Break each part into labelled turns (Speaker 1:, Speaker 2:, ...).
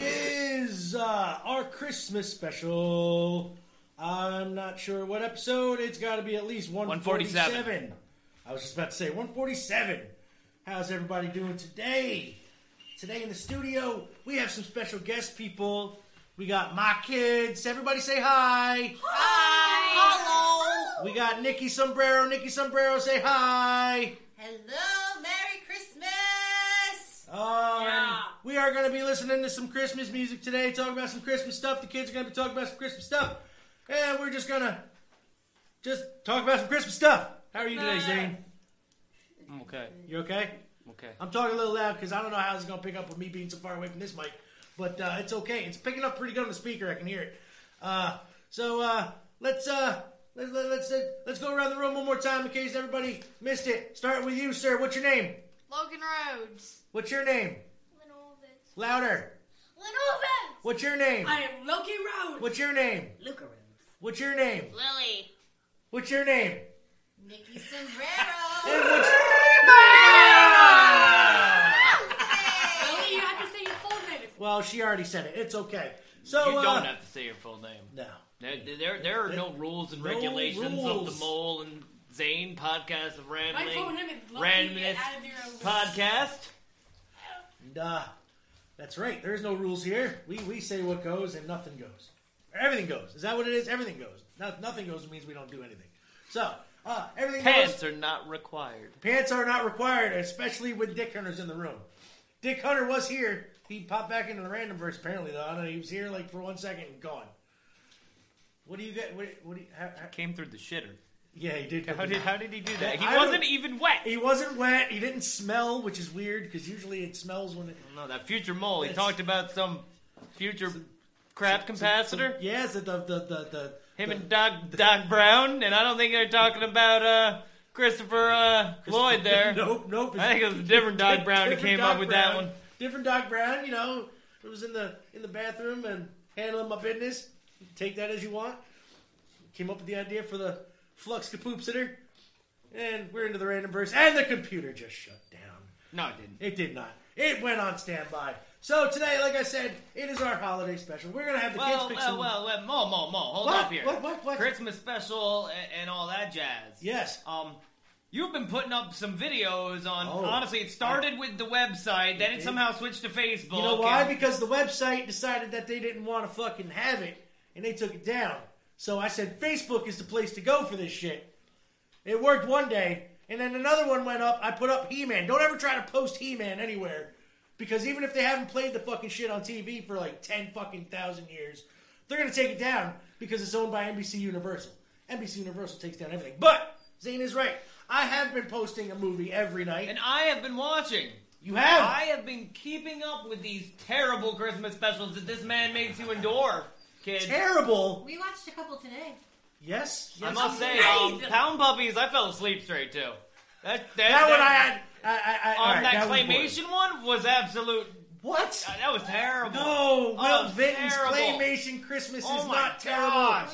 Speaker 1: is uh, our Christmas special. I'm not sure what episode. It's got to be at least 147.
Speaker 2: 147.
Speaker 1: I was just about to say 147. How's everybody doing today? Today in the studio, we have some special guest people. We got my kids. Everybody say hi.
Speaker 3: Hello.
Speaker 1: We got Nikki Sombrero. Nikki Sombrero, say hi.
Speaker 3: Hello. Merry Christmas.
Speaker 1: Um,
Speaker 3: Yeah.
Speaker 1: We are going to be listening to some Christmas music today, talking about some Christmas stuff. The kids are going to be talking about some Christmas stuff. And we're just going to just talk about some Christmas stuff. How are you today, Zane?
Speaker 2: I'm okay.
Speaker 1: You okay?
Speaker 2: I'm okay.
Speaker 1: I'm talking a little loud because I don't know how it's going to pick up with me being so far away from this mic. But uh, it's okay. It's picking up pretty good on the speaker. I can hear it. Uh, so uh, let's uh, let, let, let's uh, let's go around the room one more time in case everybody missed it. Start with you, sir. What's your name?
Speaker 4: Logan Rhodes.
Speaker 1: What's your name? Louder. What's your name?
Speaker 5: I am Loki Rhodes.
Speaker 1: What's your name?
Speaker 5: Luca Rhodes.
Speaker 1: What's your name?
Speaker 3: Lily.
Speaker 1: What's your name?
Speaker 3: Nikki Sombrero.
Speaker 1: And what's-
Speaker 5: Lily, you have to say your full name. It's
Speaker 1: well, she already said it. It's okay. So
Speaker 2: you
Speaker 1: uh,
Speaker 2: don't have to say your full name.
Speaker 1: No.
Speaker 2: There, there, there are no rules and
Speaker 1: No
Speaker 2: regulations of
Speaker 1: rules.
Speaker 2: the Mole and Zane podcast of
Speaker 5: My
Speaker 2: rambling.
Speaker 5: full name is Loki. Get
Speaker 2: Randomness
Speaker 5: out of your
Speaker 2: podcast.
Speaker 1: Nah. uh, That's right. There's no rules here. We we say what goes and nothing goes. Everything goes. Is that what it is? Everything goes. No, nothing goes means we don't do anything. So uh, everything goes.
Speaker 2: Pants are not required.
Speaker 1: Pants are not required, especially when Dick Hunter's in the room. Dick Hunter was here. He popped back into the random verse apparently though. I don't know. He was here like for one second and gone. What do you get? What, what do you? How, how,
Speaker 2: Came through the shitter.
Speaker 1: yeah, he did. come
Speaker 2: How
Speaker 1: in.
Speaker 2: did, how did he do that? He
Speaker 1: I don't-
Speaker 2: wasn't even wet.
Speaker 1: He wasn't wet. He didn't smell, which is weird because usually it smells when it.
Speaker 2: No, that future mole. He
Speaker 1: Yes.
Speaker 2: talked about some future crap capacitor.
Speaker 1: Yes, the the the the. the
Speaker 2: Him
Speaker 1: the-
Speaker 2: and Doc Doc Brown, and I don't think they're talking about uh Christopher uh Lloyd there.
Speaker 1: Nope, nope.
Speaker 2: I think it was a different Doc Brown who
Speaker 1: Different
Speaker 2: came
Speaker 1: Doc
Speaker 2: up with that
Speaker 1: Brown.
Speaker 2: one.
Speaker 1: Different Doc Brown, you know, it was in the in the bathroom and handling my business. Take that as you want. Came up with the idea for the flux capoopsitter, and we're into the random verse, and the computer just shut down.
Speaker 2: No, it didn't.
Speaker 1: It did not. It went on standby. So today, like I said, it is our holiday special. We're gonna have the kids
Speaker 2: Well,
Speaker 1: pick
Speaker 2: well,
Speaker 1: some.
Speaker 2: well, well, Mo, Mo, Mo, hold
Speaker 1: What?
Speaker 2: up here.
Speaker 1: What, what, what?
Speaker 2: Christmas special and, and all that jazz.
Speaker 1: Yes.
Speaker 2: Um, you've been putting up some videos on.
Speaker 1: Oh.
Speaker 2: honestly, it started with the website, then it somehow switched to Facebook.
Speaker 1: You know why?
Speaker 2: and-
Speaker 1: Because the website decided that they didn't want to fucking have it, and they took it down. So I said Facebook is the place to go for this shit. It worked one day, and then another one went up. I put up He Man. Don't ever try to post He Man anywhere, because even if they haven't played the fucking shit on TV for like ten fucking thousand years, they're gonna take it down because it's owned by NBC Universal. NBC Universal takes down everything. But Zane is right. I have been posting a movie every night.
Speaker 2: and I have been watching.
Speaker 1: you have.
Speaker 2: I have been keeping up with these terrible Christmas specials that this man makes you endure, kid.
Speaker 1: Terrible.
Speaker 3: We watched a couple today.
Speaker 1: Yes. yes
Speaker 2: I must say, um,
Speaker 5: Amazing.
Speaker 2: Pound Puppies, I fell asleep straight too. That, that,
Speaker 1: that one I had. I, I, I,
Speaker 2: on
Speaker 1: alright,
Speaker 2: that,
Speaker 1: was boring.
Speaker 2: claymation one was absolute.
Speaker 1: What?
Speaker 2: uh, that was terrible.
Speaker 1: No,
Speaker 2: Oh,
Speaker 1: Will Vinton's
Speaker 2: terrible.
Speaker 1: claymation Christmas
Speaker 2: Oh
Speaker 1: is
Speaker 2: my
Speaker 1: not
Speaker 2: gosh.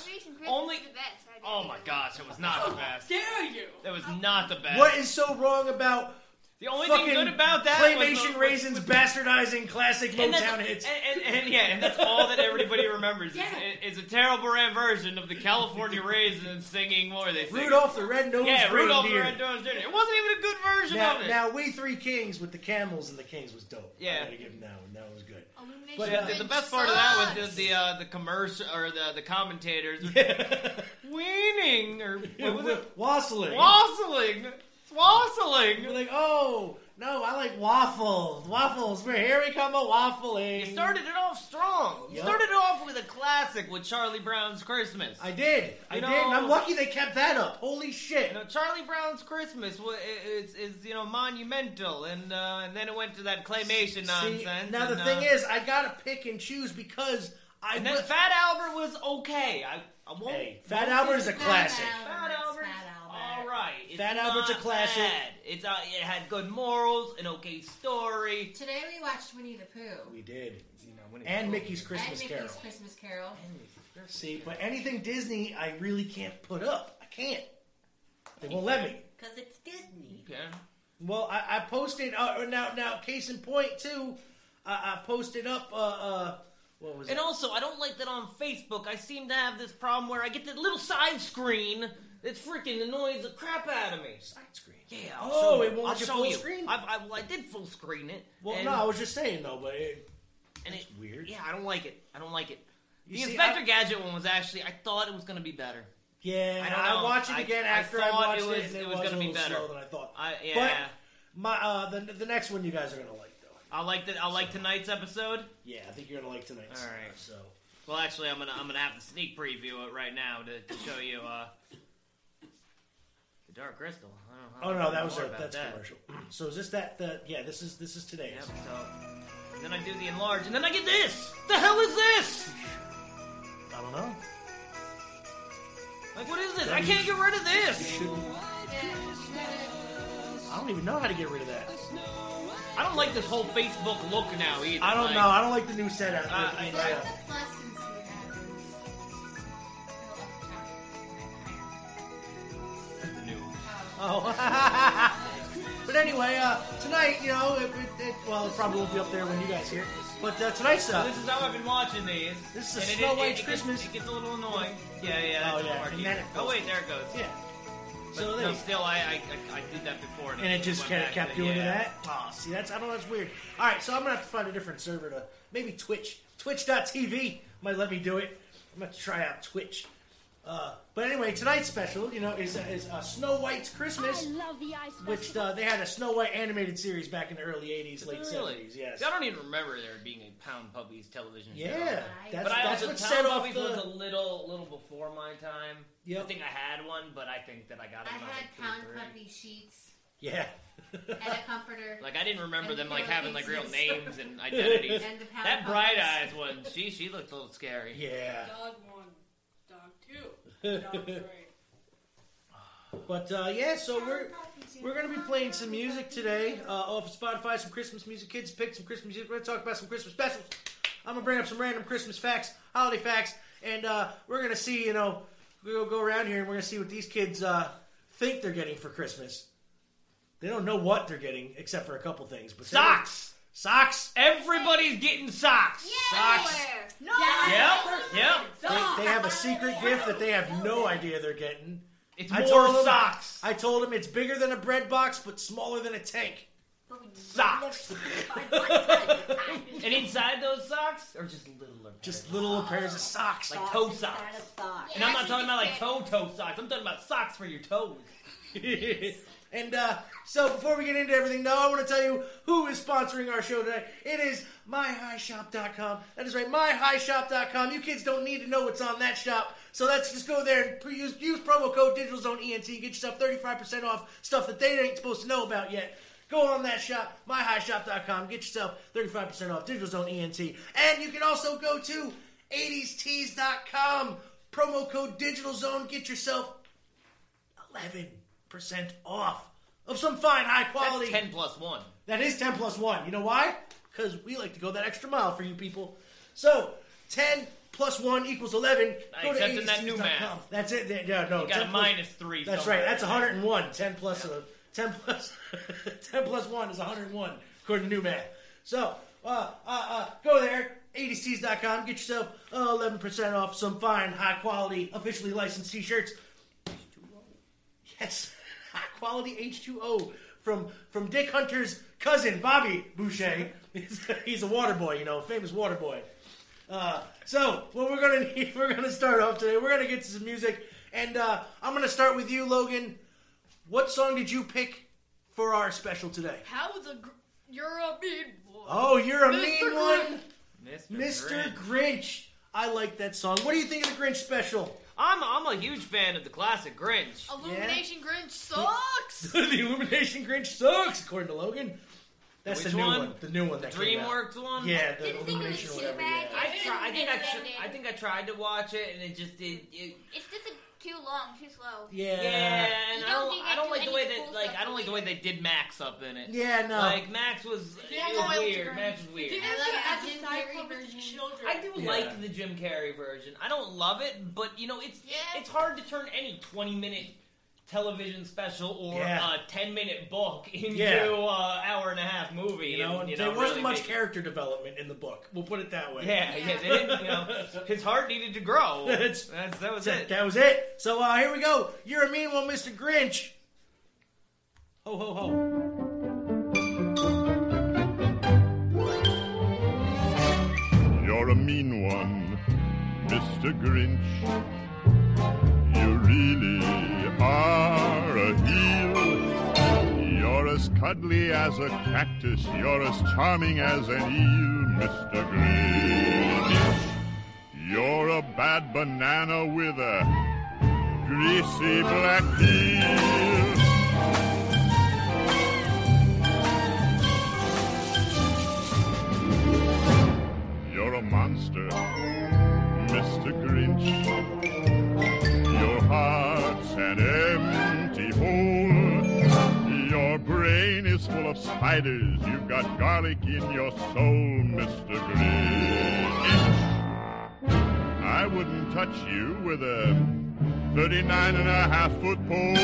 Speaker 1: terrible.
Speaker 2: Only-
Speaker 4: the best. I
Speaker 2: Oh my gosh, it was not the
Speaker 5: How
Speaker 2: best.
Speaker 5: dare you?
Speaker 2: That was not the best.
Speaker 1: What is so wrong about
Speaker 2: The only
Speaker 1: fucking
Speaker 2: thing good about that was
Speaker 1: claymation
Speaker 2: the- was-
Speaker 1: raisins bastardizing classic
Speaker 2: and that's-
Speaker 1: Motown hits.
Speaker 2: And, and, and yeah, and that's all that everybody remembers. is
Speaker 5: Yeah.
Speaker 2: It's, a terrible ram version of the California Raisins singing. What were they singing?
Speaker 1: Rudolph the Red-Nosed
Speaker 2: Yeah, Rudolph the
Speaker 1: Reindeer.
Speaker 2: Red Nose Reindeer. It wasn't even a good version
Speaker 1: Now,
Speaker 2: of it.
Speaker 1: now, we three kings with the camels and the kings was dope.
Speaker 2: Yeah.
Speaker 1: I gotta give him that one. That was good.
Speaker 5: Illumination.
Speaker 1: But,
Speaker 2: Yeah,
Speaker 1: uh,
Speaker 2: the, the best part of that was the the, uh, the commercial or the the commentators weaning or what was it?
Speaker 1: Wassailing.
Speaker 2: Wassailing,
Speaker 1: You're
Speaker 2: wassailing.
Speaker 1: like, oh no, I like waffles. Waffles. We're here. We come a waffling.
Speaker 2: You started it off strong. You
Speaker 1: Yup.
Speaker 2: started it off with a classic with Charlie Brown's Christmas.
Speaker 1: I did. I
Speaker 2: You
Speaker 1: did. And
Speaker 2: know-
Speaker 1: I'm lucky they kept that up. Holy shit.
Speaker 2: You know, Charlie Brown's Christmas wa- i- is, is you know monumental, and uh, and then it went to that claymation
Speaker 1: See,
Speaker 2: nonsense.
Speaker 1: now the
Speaker 2: and,
Speaker 1: thing
Speaker 2: uh,
Speaker 1: is, I gotta pick and choose because I.
Speaker 2: and then
Speaker 1: would-
Speaker 2: Fat Albert was okay. I, I won't.
Speaker 1: hey, Fat Albert is a classic.
Speaker 2: Fat Albert. All right. It's
Speaker 1: Fat Albert's a
Speaker 2: not
Speaker 1: classic.
Speaker 2: bad. It's uh, it had good morals, an okay story.
Speaker 3: Today we watched Winnie the Pooh
Speaker 1: We did. And Mickey's Christmas
Speaker 3: and Mickey's
Speaker 1: Carol.
Speaker 3: Christmas Carol.
Speaker 1: See, but anything Disney, I really can't put up. I can't. They won't let me.
Speaker 3: Because it's Disney.
Speaker 2: Okay.
Speaker 1: Well, I, I posted uh, now. Now, case in point, too. I, I posted up. Uh, uh, what was
Speaker 2: And
Speaker 1: it?
Speaker 2: also, I don't like that on Facebook. I seem to have this problem where I get that little side screen that freaking annoys the crap out of me.
Speaker 1: Side screen.
Speaker 2: Yeah. I'll
Speaker 1: Oh,
Speaker 2: show
Speaker 1: it won't
Speaker 2: you. I'll
Speaker 1: let you
Speaker 2: show
Speaker 1: full
Speaker 2: you.
Speaker 1: screen?
Speaker 2: I've, I, well, I did full screen it.
Speaker 1: Well,
Speaker 2: and,
Speaker 1: no, I was just saying though, but it,
Speaker 2: and it,
Speaker 1: weird.
Speaker 2: Yeah, I don't like it. I don't like it. The
Speaker 1: see,
Speaker 2: Inspector
Speaker 1: I-
Speaker 2: Gadget one was actually. I thought it was going to be better.
Speaker 1: yeah,
Speaker 2: I
Speaker 1: I,
Speaker 2: don't know.
Speaker 1: watched
Speaker 2: I-
Speaker 1: it again
Speaker 2: I
Speaker 1: after I,
Speaker 2: thought
Speaker 1: watched
Speaker 2: it
Speaker 1: it.
Speaker 2: was-
Speaker 1: and
Speaker 2: it
Speaker 1: it
Speaker 2: was
Speaker 1: was,
Speaker 2: gonna
Speaker 1: a
Speaker 2: be
Speaker 1: little
Speaker 2: better.
Speaker 1: slower than I thought.
Speaker 2: I yeah.
Speaker 1: But my uh, the the next one you guys are gonna like though.
Speaker 2: I like that. I like tonight's episode.
Speaker 1: Yeah, I think you're gonna like tonight's.
Speaker 2: All right.
Speaker 1: So
Speaker 2: Well, actually, I'm gonna I'm gonna have to sneak preview it right now to, to show you uh, the Dark Crystal. I
Speaker 1: oh
Speaker 2: don't, I don't
Speaker 1: no,
Speaker 2: know
Speaker 1: that was
Speaker 2: more
Speaker 1: a,
Speaker 2: about
Speaker 1: that's
Speaker 2: that.
Speaker 1: commercial. So is this that the yeah? This is this is today's.
Speaker 2: Yep. So and then I do the enlarge, and then I get this. The hell is this?
Speaker 1: I don't know.
Speaker 2: Like, what is this? I can't get rid of this.
Speaker 1: I don't even know how to get rid of that.
Speaker 2: I don't like this whole Facebook look now either.
Speaker 1: I don't
Speaker 2: like,
Speaker 1: know. I don't like the new setup.
Speaker 2: Uh, I-
Speaker 3: There's
Speaker 2: Yeah.
Speaker 3: the plus and see what happens. Oh,
Speaker 2: the new.
Speaker 1: Oh. but anyway, uh, tonight, you know, it, it, it, well, it probably won't be up there when you guys hear. it. But uh, tonight's
Speaker 2: So
Speaker 1: uh,
Speaker 2: this is how I've been watching these.
Speaker 1: This is a
Speaker 2: And it-
Speaker 1: Snow
Speaker 2: it-
Speaker 1: White
Speaker 2: it gets-
Speaker 1: Christmas.
Speaker 2: It gets a little annoying. Yeah, yeah. That
Speaker 1: Oh,
Speaker 2: doesn't
Speaker 1: yeah,
Speaker 2: work
Speaker 1: and
Speaker 2: either.
Speaker 1: then it
Speaker 2: oh
Speaker 1: goes-
Speaker 2: wait, there it goes.
Speaker 1: yeah.
Speaker 2: But
Speaker 1: So there.
Speaker 2: no,
Speaker 1: you
Speaker 2: still, I, I I I did that before, and,
Speaker 1: and it just
Speaker 2: went
Speaker 1: kind of
Speaker 2: back
Speaker 1: kept
Speaker 2: to-
Speaker 1: doing
Speaker 2: yeah.
Speaker 1: that. Oh, see, that's I don't know, that's weird. All right, so I'm gonna have to find a different server to maybe Twitch. Twitch.tv might let me do it. I'm gonna try out Twitch. Uh, but anyway, tonight's special, you know, is is uh, Snow White's Christmas,
Speaker 5: love the ice.
Speaker 1: which uh, they had a Snow White animated series back in the early '80s, late
Speaker 2: Really?
Speaker 1: '70s. Yes.
Speaker 2: See, I don't even remember there being a Pound Puppies television show.
Speaker 1: Yeah, that's,
Speaker 2: but I
Speaker 1: that's
Speaker 2: also
Speaker 1: what
Speaker 2: Pound
Speaker 1: set off
Speaker 2: Puppies
Speaker 1: the.
Speaker 2: was a little, little before my time.
Speaker 1: Yep.
Speaker 2: I think I had one, but I think that I got
Speaker 3: I
Speaker 2: it. when was,
Speaker 3: had
Speaker 2: like,
Speaker 3: pound
Speaker 2: two or three.
Speaker 3: puppy sheets
Speaker 1: yeah.
Speaker 3: and a comforter
Speaker 2: Like I didn't remember
Speaker 3: And
Speaker 2: them like having like real
Speaker 3: puppies.
Speaker 2: names and identities.
Speaker 3: and the pound
Speaker 2: that bright
Speaker 3: puppies.
Speaker 2: eyes one, she she looked a little scary.
Speaker 1: yeah.
Speaker 5: Dog one, dog two, dog three.
Speaker 1: But uh, yeah, so we're we're gonna be playing some music today uh, off of Spotify, some Christmas music. Kids picked some Christmas music. We're gonna talk about some Christmas specials. I'm gonna bring up some random Christmas facts, holiday facts, and uh, we're gonna see. You know, we'll go around here and we're gonna see what these kids uh, think they're getting for Christmas. They don't know what they're getting except for a couple things. But
Speaker 2: Socks.
Speaker 1: socks.
Speaker 2: Everybody's getting socks.
Speaker 1: Socks.
Speaker 5: No.
Speaker 2: Yep. Yep.
Speaker 1: They, they have a secret gift that they have no idea they're getting.
Speaker 2: It's
Speaker 1: I
Speaker 2: more
Speaker 1: told him-
Speaker 2: socks.
Speaker 1: I told him it's bigger than a bread box, but smaller than a tank.
Speaker 2: Socks. and inside those socks are just littler.
Speaker 1: Just little pairs of
Speaker 2: Oh.
Speaker 1: socks.
Speaker 2: like toe socks. And I'm not talking about like toe toe socks. I'm talking about socks for your toes.
Speaker 1: and uh, so before we get into everything, though, I want to tell you who is sponsoring our show today. It is myhighshop.com. That is right, myhighshop.com. You kids don't need to know what's on that shop. So let's just go there and pre- use, use promo code DigitalZoneENT and get yourself 35% off stuff that they ain't supposed to know about yet. Go on that shop, myhighshop.com. Get yourself 35% off Digital Zone ENT. And you can also go to 80stees.com. Promo code Digital Zone. Get yourself 11% off of some fine, high
Speaker 2: That's
Speaker 1: quality.
Speaker 2: ten plus one.
Speaker 1: That is 10 plus 1. You know why? Because we like to go that extra mile for you people. So, 10 plus 1 equals 11. Go to
Speaker 2: Except in that new
Speaker 1: 80stees.com.
Speaker 2: math.
Speaker 1: That's it. Yeah, no.
Speaker 2: You got
Speaker 1: 10
Speaker 2: a
Speaker 1: plus-
Speaker 2: minus three.
Speaker 1: That's
Speaker 2: somewhere
Speaker 1: right. That's
Speaker 2: in there.
Speaker 1: 101. 10 plus a 10 plus, 10 plus 1 is 101, according to new math. So, uh, uh, uh, go there, 80stees.com, get yourself uh, 11% off some fine, high quality, officially licensed t shirts. Yes, high quality H2O from from Dick Hunter's cousin Bobby Boucher. He's, he's a water boy, you know, famous water boy. Uh, so what we're gonna need, we're gonna start off today. We're gonna get to some music, and uh, I'm gonna start with you, Logan. What song did you pick for our special today?
Speaker 5: How's a gr- you're a mean boy.
Speaker 1: Oh, you're a
Speaker 5: Mr.
Speaker 1: mean
Speaker 5: Grinch.
Speaker 1: one,
Speaker 2: Mr.
Speaker 1: Mr.
Speaker 2: Grinch.
Speaker 1: Grinch. I like that song. What do you think of the Grinch special?
Speaker 2: I'm, I'm a huge fan of the classic Grinch.
Speaker 5: Illumination Grinch sucks.
Speaker 1: the Illumination Grinch sucks, according to Logan. That's
Speaker 2: Which
Speaker 1: the new one?
Speaker 2: one?
Speaker 1: The new one that came out.
Speaker 2: DreamWorks one?
Speaker 1: Yeah, the
Speaker 3: Didn't think it was
Speaker 1: illumination or
Speaker 3: too
Speaker 1: whatever.
Speaker 3: bad.
Speaker 1: yeah.
Speaker 2: I, try, I think I,
Speaker 3: It's
Speaker 2: tr-
Speaker 3: ended.
Speaker 2: I think I tried to watch it and it just did. It,
Speaker 3: It's just a, too long, too slow.
Speaker 1: Yeah.
Speaker 2: yeah, and
Speaker 3: You
Speaker 2: I
Speaker 3: don't
Speaker 2: don't,
Speaker 3: think
Speaker 2: I
Speaker 3: they
Speaker 2: don't
Speaker 3: do
Speaker 2: like the way
Speaker 3: any
Speaker 2: that
Speaker 3: cool
Speaker 2: like
Speaker 3: stuff
Speaker 2: I don't like the way
Speaker 3: with
Speaker 2: they did Max up in it.
Speaker 1: Yeah, no.
Speaker 2: Like Max was,
Speaker 5: Yeah,
Speaker 2: it was
Speaker 5: loyal to
Speaker 2: weird. Max was
Speaker 5: Did
Speaker 2: weird.
Speaker 5: you
Speaker 3: I like
Speaker 5: have
Speaker 3: the
Speaker 5: to
Speaker 3: Jim
Speaker 5: side
Speaker 3: Carrey
Speaker 5: club with
Speaker 3: version.
Speaker 5: children?
Speaker 2: I do
Speaker 1: Yeah.
Speaker 2: like the Jim Carrey version. I don't love it, but you know, it's
Speaker 5: Yeah.
Speaker 2: it's hard to turn any twenty minute television special or
Speaker 1: Yeah.
Speaker 2: a ten minute book into
Speaker 1: Yeah.
Speaker 2: a hour and a half movie.
Speaker 1: You know,
Speaker 2: and, you
Speaker 1: there
Speaker 2: know,
Speaker 1: wasn't
Speaker 2: really
Speaker 1: much
Speaker 2: make it-
Speaker 1: character development in the book. We'll put it that way.
Speaker 2: Yeah, yeah, they didn't, you know, his heart needed to grow.
Speaker 1: That's-
Speaker 2: That's, that was
Speaker 1: That,
Speaker 2: it.
Speaker 1: that was it. So uh, here we go. You're a mean one, Mr. Grinch. Ho, ho, ho.
Speaker 4: You're a mean one, Mr. Grinch. You really are a heel. You're as cuddly as a cactus. You're as charming as an eel, Mr. Grinch. You're a bad banana with a greasy black peel. You're a monster, Mr. Grinch. Your heart's an empty hole. Your brain is full of spiders. You've got garlic in your soul, Mr. Grinch. I wouldn't touch you with a 39 and a half foot pole.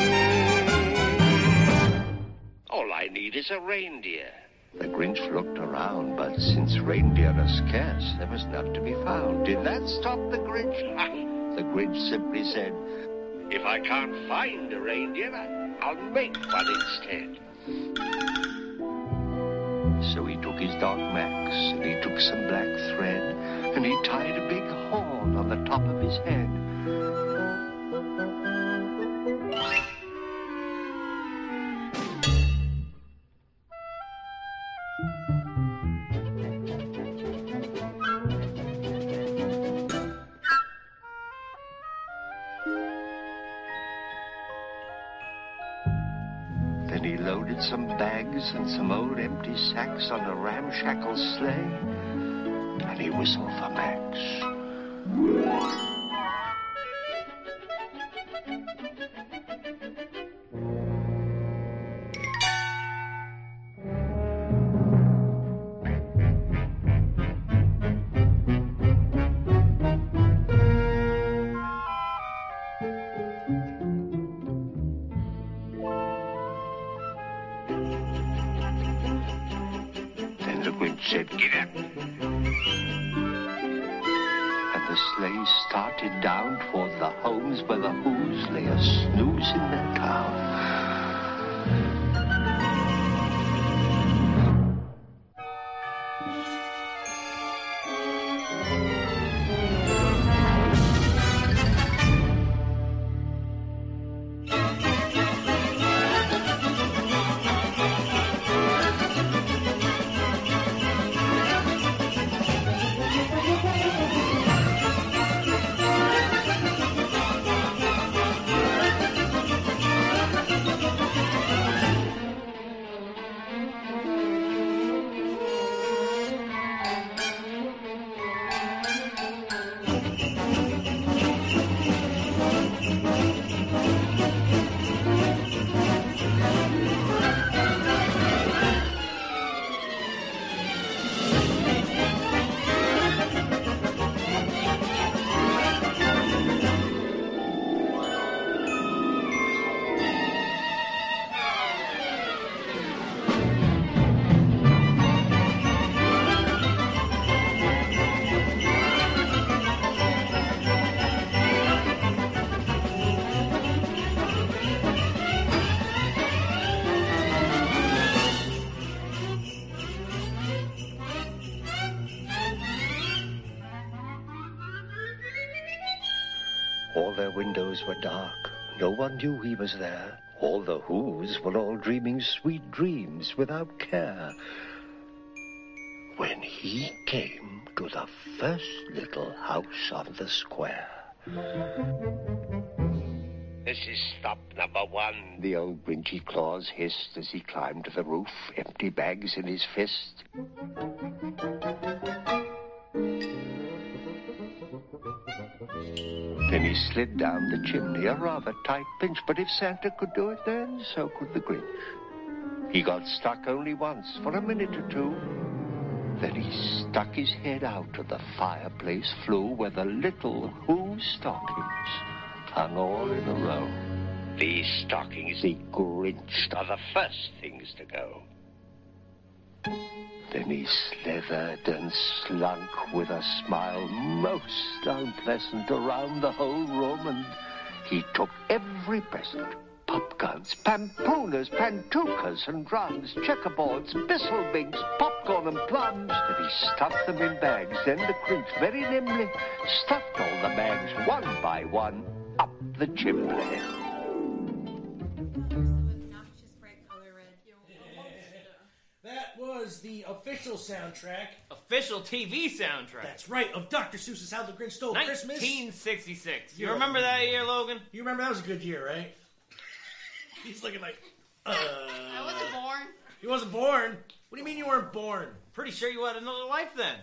Speaker 6: All I need is a reindeer. The Grinch looked around, but since reindeer are scarce, there was none to be found. Did that stop the Grinch? the Grinch simply said, If I can't find a reindeer, I- I'll make one instead. So he took his dog Max, and he took some black thread, and he tied a big horn on the top of his head. Then he loaded some bags and some old empty sacks on a ramshackle sleigh, and he whistled for Max. Then the Grinch said, Get up! And the sleigh started down toward the homes where the who's lay a snooze in the town. All their windows were dark. No one knew he was there. All the Who's were all dreaming sweet dreams without care. When he came to the first little house on the square. This is stop number one, the old Grinchy Claus hissed as he climbed to the roof, empty bags in his fist. Then he slid down the chimney, a rather tight pinch, but if Santa could do it then, so could the Grinch. He got stuck only once, for a minute or two. Then he stuck his head out of the fireplace flue where the little who stockings hung all in a row. These stockings, he grinched, are the first things to go. Then he slithered and slunk with a smile most unpleasant around the whole room, and he took every present. Pop guns, pampooners, pantookas and drums, checkerboards, bisselbinks, popcorn and plums. And he stuffed them in bags. Then the Grinch very nimbly stuffed all the bags one by one up the chimney.
Speaker 5: obnoxious bright color red. You know,
Speaker 1: That was the official soundtrack.
Speaker 2: Official TV soundtrack.
Speaker 1: That's right, of Dr. Seuss's How the Grinch Stole Christmas.
Speaker 2: 1966. You
Speaker 1: Yeah.
Speaker 2: remember that year, Logan?
Speaker 1: You remember that was a good year, right? He's looking like, uh,
Speaker 5: I wasn't born.
Speaker 1: he wasn't born. What do you mean you weren't born?
Speaker 2: Pretty sure you had another life then.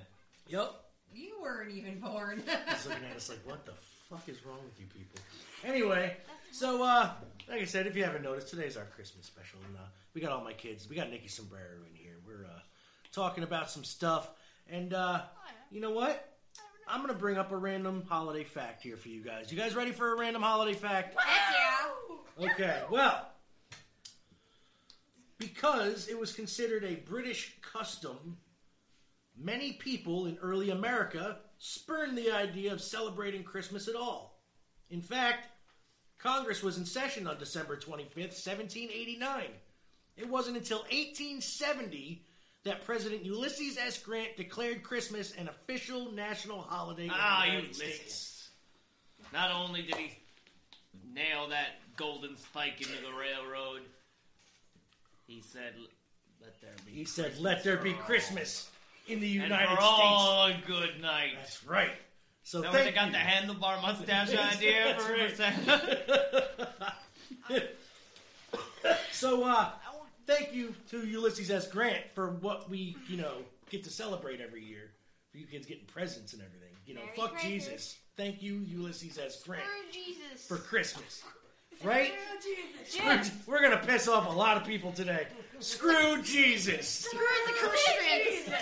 Speaker 1: Yep.
Speaker 5: You weren't even born.
Speaker 1: He's looking at us like, what the fuck is wrong with you people? Anyway, so uh, like I said, if you haven't noticed, today's our Christmas special, and uh, we got all my kids. We got Nikki Sombrero in here. We're uh, talking about some stuff, and uh, you know what? I'm gonna bring up a random holiday fact here for you guys. You guys ready for a random holiday fact?
Speaker 3: Heck yeah.
Speaker 1: Okay, well, because it was considered a British custom, many people in early America spurned the idea of celebrating Christmas at all. In fact, Congress was in session on December 25th, 1789. It wasn't until 1870 that President Ulysses S. Grant declared Christmas an official national holiday. in the
Speaker 2: Ah,
Speaker 1: United States.
Speaker 2: Ulysses. Not only did he nail that golden spike into the railroad, he said, "Let there be."
Speaker 1: He said, "Let there be
Speaker 2: for all."
Speaker 1: Christmas in the
Speaker 2: And
Speaker 1: United
Speaker 2: for
Speaker 1: States."
Speaker 2: all a good night.
Speaker 1: That's right. So
Speaker 2: That when
Speaker 1: thank
Speaker 2: they got
Speaker 1: you.
Speaker 2: the handlebar mustache idea
Speaker 1: That's
Speaker 2: for a
Speaker 1: right.
Speaker 2: second.
Speaker 1: So uh, thank you to Ulysses S. Grant for what we you know get to celebrate every year. For you kids getting presents and everything. You know,
Speaker 3: Merry
Speaker 1: fuck
Speaker 3: Christmas.
Speaker 1: Jesus. Thank you, Ulysses S. Grant,
Speaker 3: Screw Jesus.
Speaker 1: for Christmas. Right?
Speaker 3: Yeah.
Speaker 1: We're gonna piss off a lot of people today. Screw Jesus.
Speaker 3: Screw the Christians.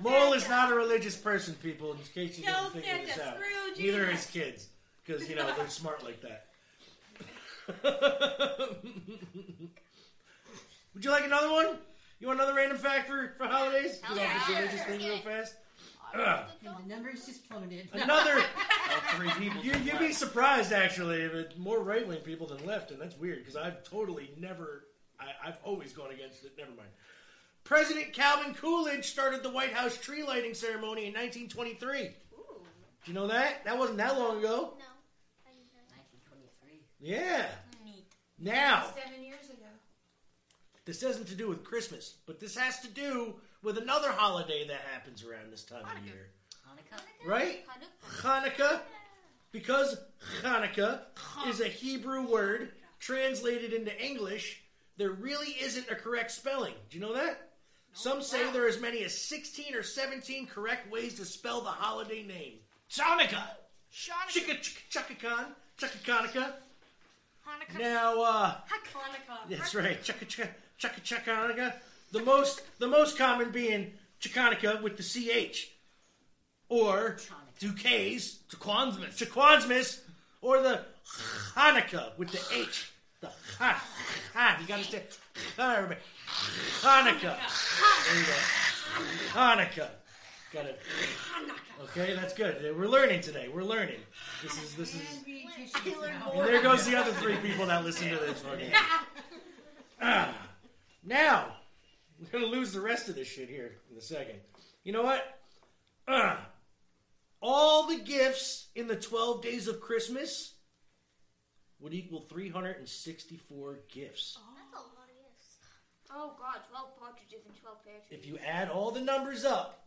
Speaker 1: Mole is not a religious person, people. In case you
Speaker 5: No,
Speaker 1: didn't figure this
Speaker 5: Santa,
Speaker 1: out,
Speaker 5: screw
Speaker 1: neither
Speaker 5: Jesus.
Speaker 1: is kids, because you know they're smart like that. Would you like another one? You want another random fact for, for holidays? You want this
Speaker 3: yeah.
Speaker 1: religious thing real fast? Ugh.
Speaker 5: The numbers just plummeted.
Speaker 1: Another.
Speaker 2: Three people.
Speaker 1: You, you'd be surprised, actually, if it more right wing people than left, and that's weird because I've totally never, I, I've always gone against it. Never mind. President Calvin Coolidge started the White House tree lighting ceremony in 1923. Do you know that? That wasn't that long ago.
Speaker 3: No. I didn't know. 1923.
Speaker 1: Yeah. Now,
Speaker 5: Seven years ago.
Speaker 1: this isn't to do with Christmas, but this has to do with another holiday that happens around this time of year, right?
Speaker 3: Hanukkah.
Speaker 1: Hanukkah, because Hanukkah is a Hebrew word translated into English, there really isn't a correct spelling. Do you know that? Some say there are as many as 16 or 17 correct ways to spell the holiday name.
Speaker 2: Sonica.
Speaker 1: Chicka chicka chuckacan, chuckaconica.
Speaker 3: Hanukkah.
Speaker 1: Now, uh,
Speaker 5: Hanukkah.
Speaker 1: that's right, chucka chucka chucka chuckanica. The most, the most common being chuckanica with the ch, or Duques,
Speaker 2: To Quansmas.
Speaker 1: Chaquansmas or the Hanukkah with the H. The ha, ha. You gotta say, ha, everybody. Hanukkah. There you go. Hanukkah. Got it. Okay, that's good. We're learning today. We're learning. This is this is. And there goes the other three people that listen to this. Okay. Ah. now, we're gonna lose the rest of this shit here in a second. You know what? Ah. all the gifts in the 12 days of Christmas would equal 364 gifts.
Speaker 3: That's a lot of gifts. Oh god, 12 partridges and 12 pear trees.
Speaker 1: If you add all the numbers up,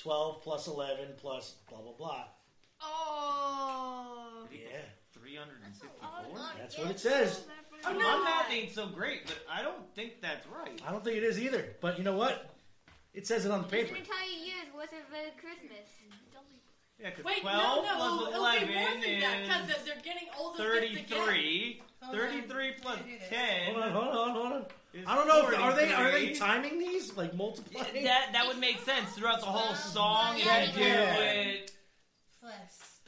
Speaker 1: 12 plus 11 plus blah, blah, blah.
Speaker 5: Oh.
Speaker 1: Yeah.
Speaker 2: 364?
Speaker 1: That's what it says.
Speaker 5: Oh no.
Speaker 2: My math ain't so great, but I don't think that's right.
Speaker 1: I don't think it is either, but you know what? It says it on the
Speaker 3: It's
Speaker 1: paper.
Speaker 3: an entire year's worth of uh, Christmas.
Speaker 2: Yeah, because
Speaker 5: Wait,
Speaker 2: 12
Speaker 5: no, no,
Speaker 2: plus
Speaker 5: it'll,
Speaker 2: 11
Speaker 5: be more than that
Speaker 2: is
Speaker 5: because they're getting older.
Speaker 2: 33.
Speaker 5: Hold on.
Speaker 2: 33 plus
Speaker 5: I do this.
Speaker 2: 10.
Speaker 1: Hold on, hold on, hold on.
Speaker 2: is
Speaker 1: I don't know. If, are they are they
Speaker 2: 43.
Speaker 1: timing these like multiplying?
Speaker 2: That that would make sense throughout the whole song. if
Speaker 1: Yeah,
Speaker 2: you do
Speaker 1: yeah.
Speaker 2: it.
Speaker 5: Plus.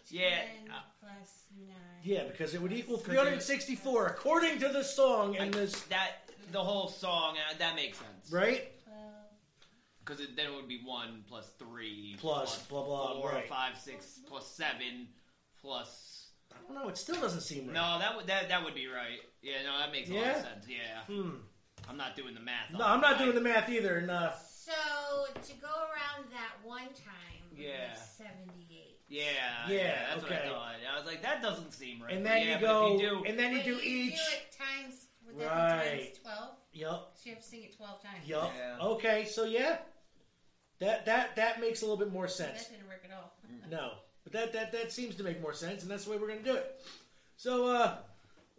Speaker 2: Yeah,
Speaker 5: 10
Speaker 2: uh,
Speaker 5: plus nine.
Speaker 1: yeah, because it would equal
Speaker 2: it-
Speaker 1: 364 according to the song and this,
Speaker 2: That the whole song uh, that makes sense.
Speaker 1: right?
Speaker 5: Twelve.
Speaker 2: Because then it would be one plus three
Speaker 1: Plus blah, blah,
Speaker 2: four
Speaker 1: right.
Speaker 2: five six plus seven plus.
Speaker 1: I don't know. It still doesn't seem right.
Speaker 2: No, that would that that would be right. Yeah, no, that makes a lot
Speaker 1: Yeah?
Speaker 2: of sense. Yeah,
Speaker 1: Hmm.
Speaker 2: I'm not doing the math.
Speaker 1: No, I'm not doing the math either. And uh,
Speaker 5: So to go around that one time. would be
Speaker 2: Yeah.
Speaker 5: Seventy-eight.
Speaker 2: Yeah,
Speaker 1: Yeah,
Speaker 2: yeah, that's
Speaker 1: okay.
Speaker 2: what I thought. I was like, that doesn't seem right.
Speaker 1: and
Speaker 2: But
Speaker 1: then
Speaker 2: yeah,
Speaker 1: you
Speaker 2: but
Speaker 1: go,
Speaker 2: if you do,
Speaker 1: and then you
Speaker 5: Wait,
Speaker 1: do each.
Speaker 5: Do it times. Would that be
Speaker 1: Right.
Speaker 5: times twelve?
Speaker 1: Yup,
Speaker 5: So you have to sing it twelve times.
Speaker 1: yup.
Speaker 2: Yeah.
Speaker 1: Okay, so yeah, that that that makes a little bit more
Speaker 5: That
Speaker 1: sense.
Speaker 5: didn't work at all.
Speaker 1: No, but that that that seems to make more sense, and that's the way we're gonna do it. So,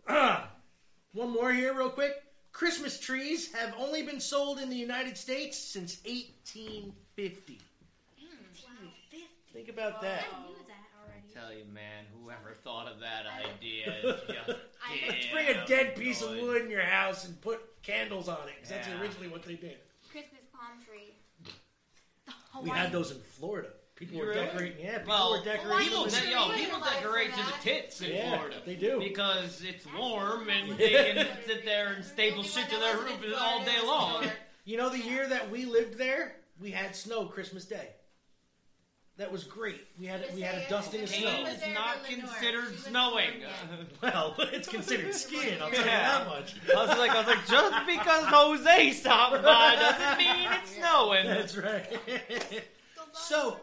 Speaker 1: uh, one more here, real quick. Christmas trees have only been sold in the United States since 1850. Think about that.
Speaker 3: I knew that already.
Speaker 2: tell you, man, whoever thought of that idea, is just
Speaker 3: I-
Speaker 2: damn
Speaker 1: Bring a dead piece of
Speaker 2: good.
Speaker 1: wood in your house and put candles on it. 'cause That's
Speaker 2: Yeah.
Speaker 1: originally what they did.
Speaker 3: Christmas palm tree.
Speaker 1: We had those in Florida. People were
Speaker 2: Really?
Speaker 1: decorating. Yeah, people
Speaker 2: Well,
Speaker 1: were decorating.
Speaker 2: people,
Speaker 1: them
Speaker 2: de-
Speaker 1: in-
Speaker 2: yo,
Speaker 5: Really
Speaker 2: people
Speaker 5: alive
Speaker 2: decorate
Speaker 5: for
Speaker 2: to the
Speaker 5: that.
Speaker 2: tits in
Speaker 1: Yeah,
Speaker 2: Florida.
Speaker 1: they do.
Speaker 2: Because it's warm and they can sit there and staple shit to their roof all day long.
Speaker 1: You know, the year that we lived there, we had snow Christmas Day. That was great. We had we had a dusting of
Speaker 2: Pain
Speaker 1: snow.
Speaker 2: is not considered snowing.
Speaker 1: Well, it's considered skiing. I'll tell you
Speaker 2: Yeah.
Speaker 1: that much.
Speaker 2: I was like, I was like, just because Jose stopped by doesn't mean it's snowing.
Speaker 1: That's right. So-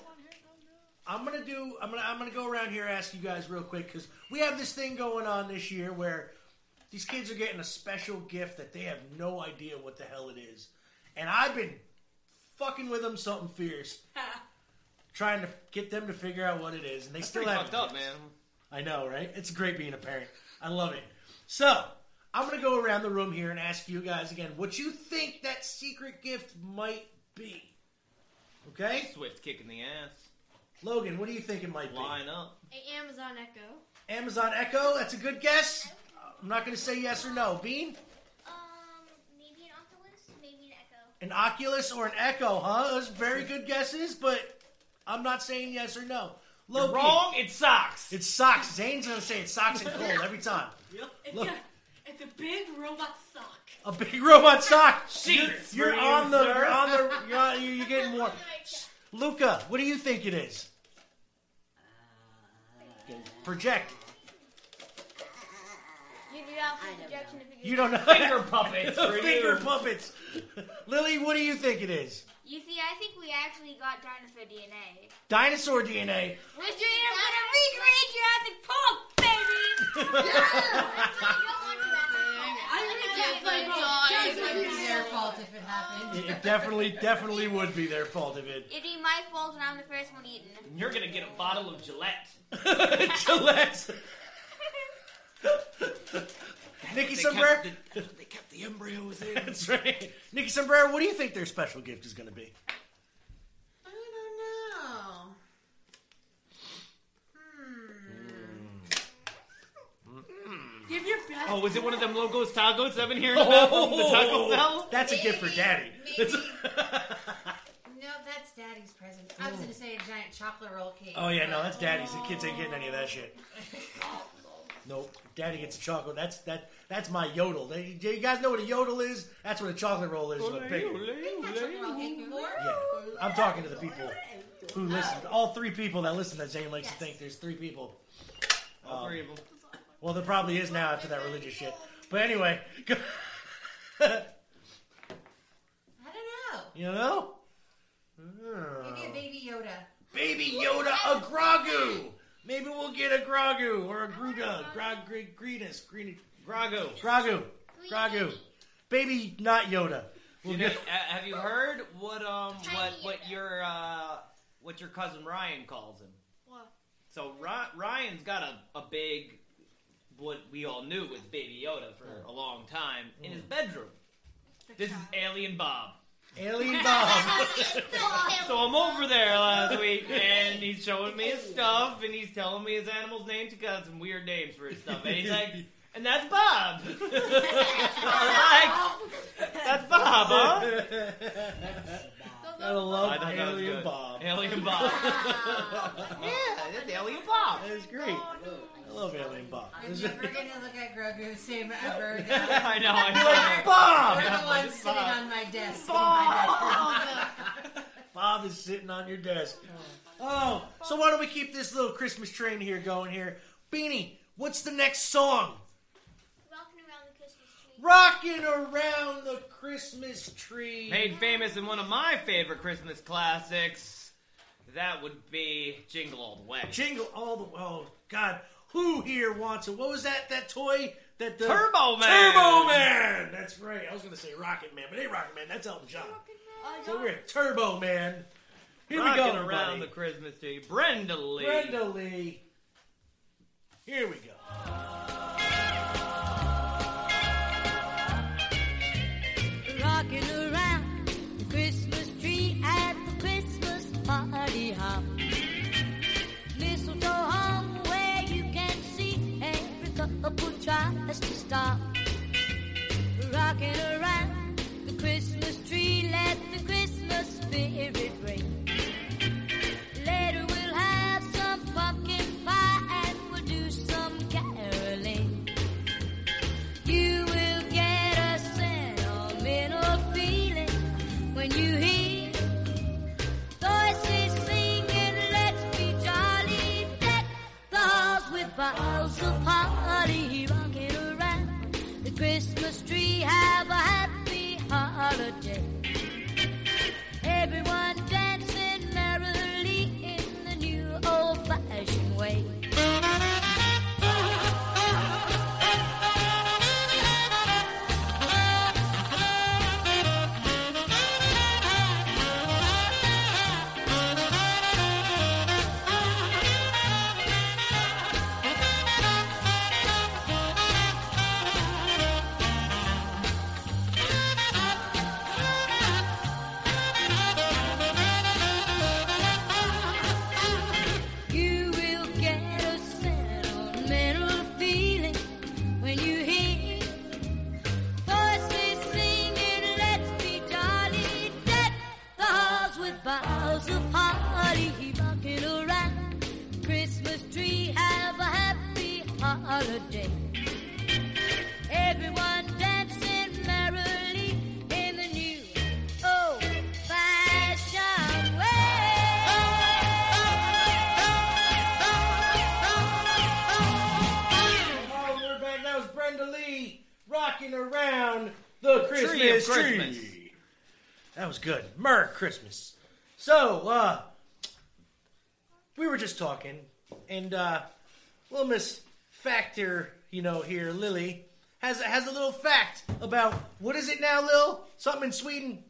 Speaker 1: I'm gonna do. I'm gonna. I'm gonna go around here and ask you guys real quick because we have this thing going on this year where these kids are getting a special gift that they have no idea what the hell it is, and I've been fucking with them something fierce, trying to get them to figure out what it is, and they still
Speaker 2: Pretty
Speaker 1: haven't.
Speaker 2: fucked up, man.
Speaker 1: I know, right? It's great being a parent. I love it. So, I'm going to go around the room here and ask you guys again what you think that secret gift might be. Okay?
Speaker 2: Swift kick in the ass.
Speaker 1: Logan, what do you think it might be?
Speaker 2: Line up.
Speaker 3: A Amazon Echo.
Speaker 1: Amazon Echo, that's a good guess. I'm not going to say yes or no. Bean,
Speaker 3: Um, maybe an Oculus, maybe an Echo.
Speaker 1: an Oculus or an Echo, huh? Those are very good guesses, but I'm not saying yes or no. Logan,
Speaker 2: Wrong. It sucks.
Speaker 1: it's socks. Zane's going to say it's socks and cold every time.
Speaker 5: It's,
Speaker 1: Look.
Speaker 5: a, it's a big robot sock.
Speaker 1: A big robot sock.
Speaker 2: Sheets
Speaker 1: You're, you're
Speaker 2: for you,
Speaker 1: on the.
Speaker 2: sir.
Speaker 1: You're on the. You're, on, you're, you're getting warm. Luca, what do you think it is? Project.
Speaker 3: You do that for projection to figure
Speaker 1: You don't know.
Speaker 2: Finger puppets. for you.
Speaker 1: Finger puppets. Lily, what do you think it is?
Speaker 3: You see, I think we actually got dinosaur DNA.
Speaker 1: Dinosaur DNA.
Speaker 3: We're doing I'm gonna recreate Jurassic Park, baby!
Speaker 5: I think that's like That would be their fault if it happened.
Speaker 1: It, it definitely, definitely would be their fault if it.
Speaker 3: It'd be my fault when I'm the first one eaten.
Speaker 2: You're gonna get a bottle of Gillette.
Speaker 1: Gillette. Nikki Sombrero.
Speaker 2: the, they kept the embryos in.
Speaker 1: That's right. Nikki Sombrero, what do you think their special gift is going to be?
Speaker 5: I don't know. Hmm. Give your best.
Speaker 2: Oh, was it one of them Logos tacos I've been hearing about from the Taco Bell?
Speaker 1: Oh. That's a gift for
Speaker 5: Maybe,
Speaker 1: daddy.
Speaker 5: maybe.
Speaker 1: That's-
Speaker 5: No, that's Daddy's present. I was gonna say a giant chocolate roll cake.
Speaker 1: Oh yeah, no, that's daddy's. The kids ain't getting any of that shit. Nope. Daddy gets a chocolate. That's that. That's my yodel. They, do you guys know what a yodel is? That's what a chocolate roll is. With a pig.
Speaker 5: Chocolate roll cake before?
Speaker 1: Yeah. I'm talking to the people who listen. All three people that listen that Zane likes to think there's three people. Um,
Speaker 2: All three of them.
Speaker 1: Well, there probably is now after that religious shit. But anyway, go-
Speaker 5: I don't
Speaker 1: you know.
Speaker 5: know. Maybe a baby Yoda.
Speaker 1: Baby Yoda a Grogu. Maybe we'll get a Grogu or a Gruga. Grog, Grig, Greenus, Green, Grogu. Grogu. Grogu. Baby not Yoda. We'll
Speaker 2: You know,
Speaker 1: get,
Speaker 2: uh, have you heard what um what
Speaker 3: Tiny
Speaker 2: what
Speaker 3: Yoda.
Speaker 2: your uh what your cousin Ryan calls him?
Speaker 3: What?
Speaker 2: So Ry- Ryan's got a, a big what we all knew was Baby Yoda for a long time in
Speaker 1: Mm.
Speaker 2: his bedroom. This is Alien Bob.
Speaker 1: Alien Bob.
Speaker 2: So I'm over there last week, and he's showing me his stuff, and he's telling me his animal's names. He got some weird names for his stuff, and he's like, "And that's Bob." I'm like, that's Bob, huh?
Speaker 1: I love
Speaker 2: thought that was
Speaker 1: Alien
Speaker 2: good.
Speaker 1: Bob.
Speaker 2: Alien Bob. yeah, that's Alien Bob.
Speaker 1: That is great. I love Alien Bob.
Speaker 5: I'm Oh, never gonna look at Grogu the same ever again.
Speaker 2: I know. I
Speaker 1: Like,
Speaker 2: know.
Speaker 1: Bob!
Speaker 5: You're the one sitting on my desk. in my bedroom.
Speaker 1: Bob is sitting on your desk. Oh, so why don't we keep this little Christmas train here going here? Beanie, what's the next song?
Speaker 3: Rocking around the Christmas tree.
Speaker 1: Rocking around the Christmas tree.
Speaker 2: Made famous in one of my favorite Christmas classics. That would be Jingle All the Way.
Speaker 1: Jingle all the oh God, who here wants it? What was that? That toy that the
Speaker 2: Turbo Man.
Speaker 1: Turbo Man. That's right. I was gonna say Rocket Man, but ain't Rocket Man. That's Elton John. So we're at Turbo Man. Here
Speaker 2: Rocking
Speaker 1: we go,
Speaker 2: around the
Speaker 1: everybody.
Speaker 2: Christmas tree. Brenda Lee.
Speaker 1: Brenda Lee. Here we go.
Speaker 7: Rocking around the Christmas tree at the Christmas party hop. Mistletoe hung where you can see every couple tries to stop. Rocking around the Christmas tree, let the Christmas spirit ring. Later we'll have some pumpkin pie and we'll do some caroling. You will get a sentimental feeling when you hear voices singing, let's be jolly, deck the halls with boughs of holly, rocking around the Christmas tree, have a happy holiday. Everyone dancing merrily in the new old-fashioned way. You will get a sentimental feeling when you hear voices singing, let's be jolly, deck the halls with boughs of holly, rocking around the Christmas tree, have a happy holiday. Everyone dancing merrily in the new Oh, old-fashioned way.
Speaker 1: Oh, we're back. That was Brenda Lee rocking around the Christmas
Speaker 2: Tree of Christmas.
Speaker 1: tree. That was good. Merry Christmas. So, uh, we were just talking, and uh, little Miss Factor, you know, here Lily has has a little fact about what is it now, Lil? Something in Sweden,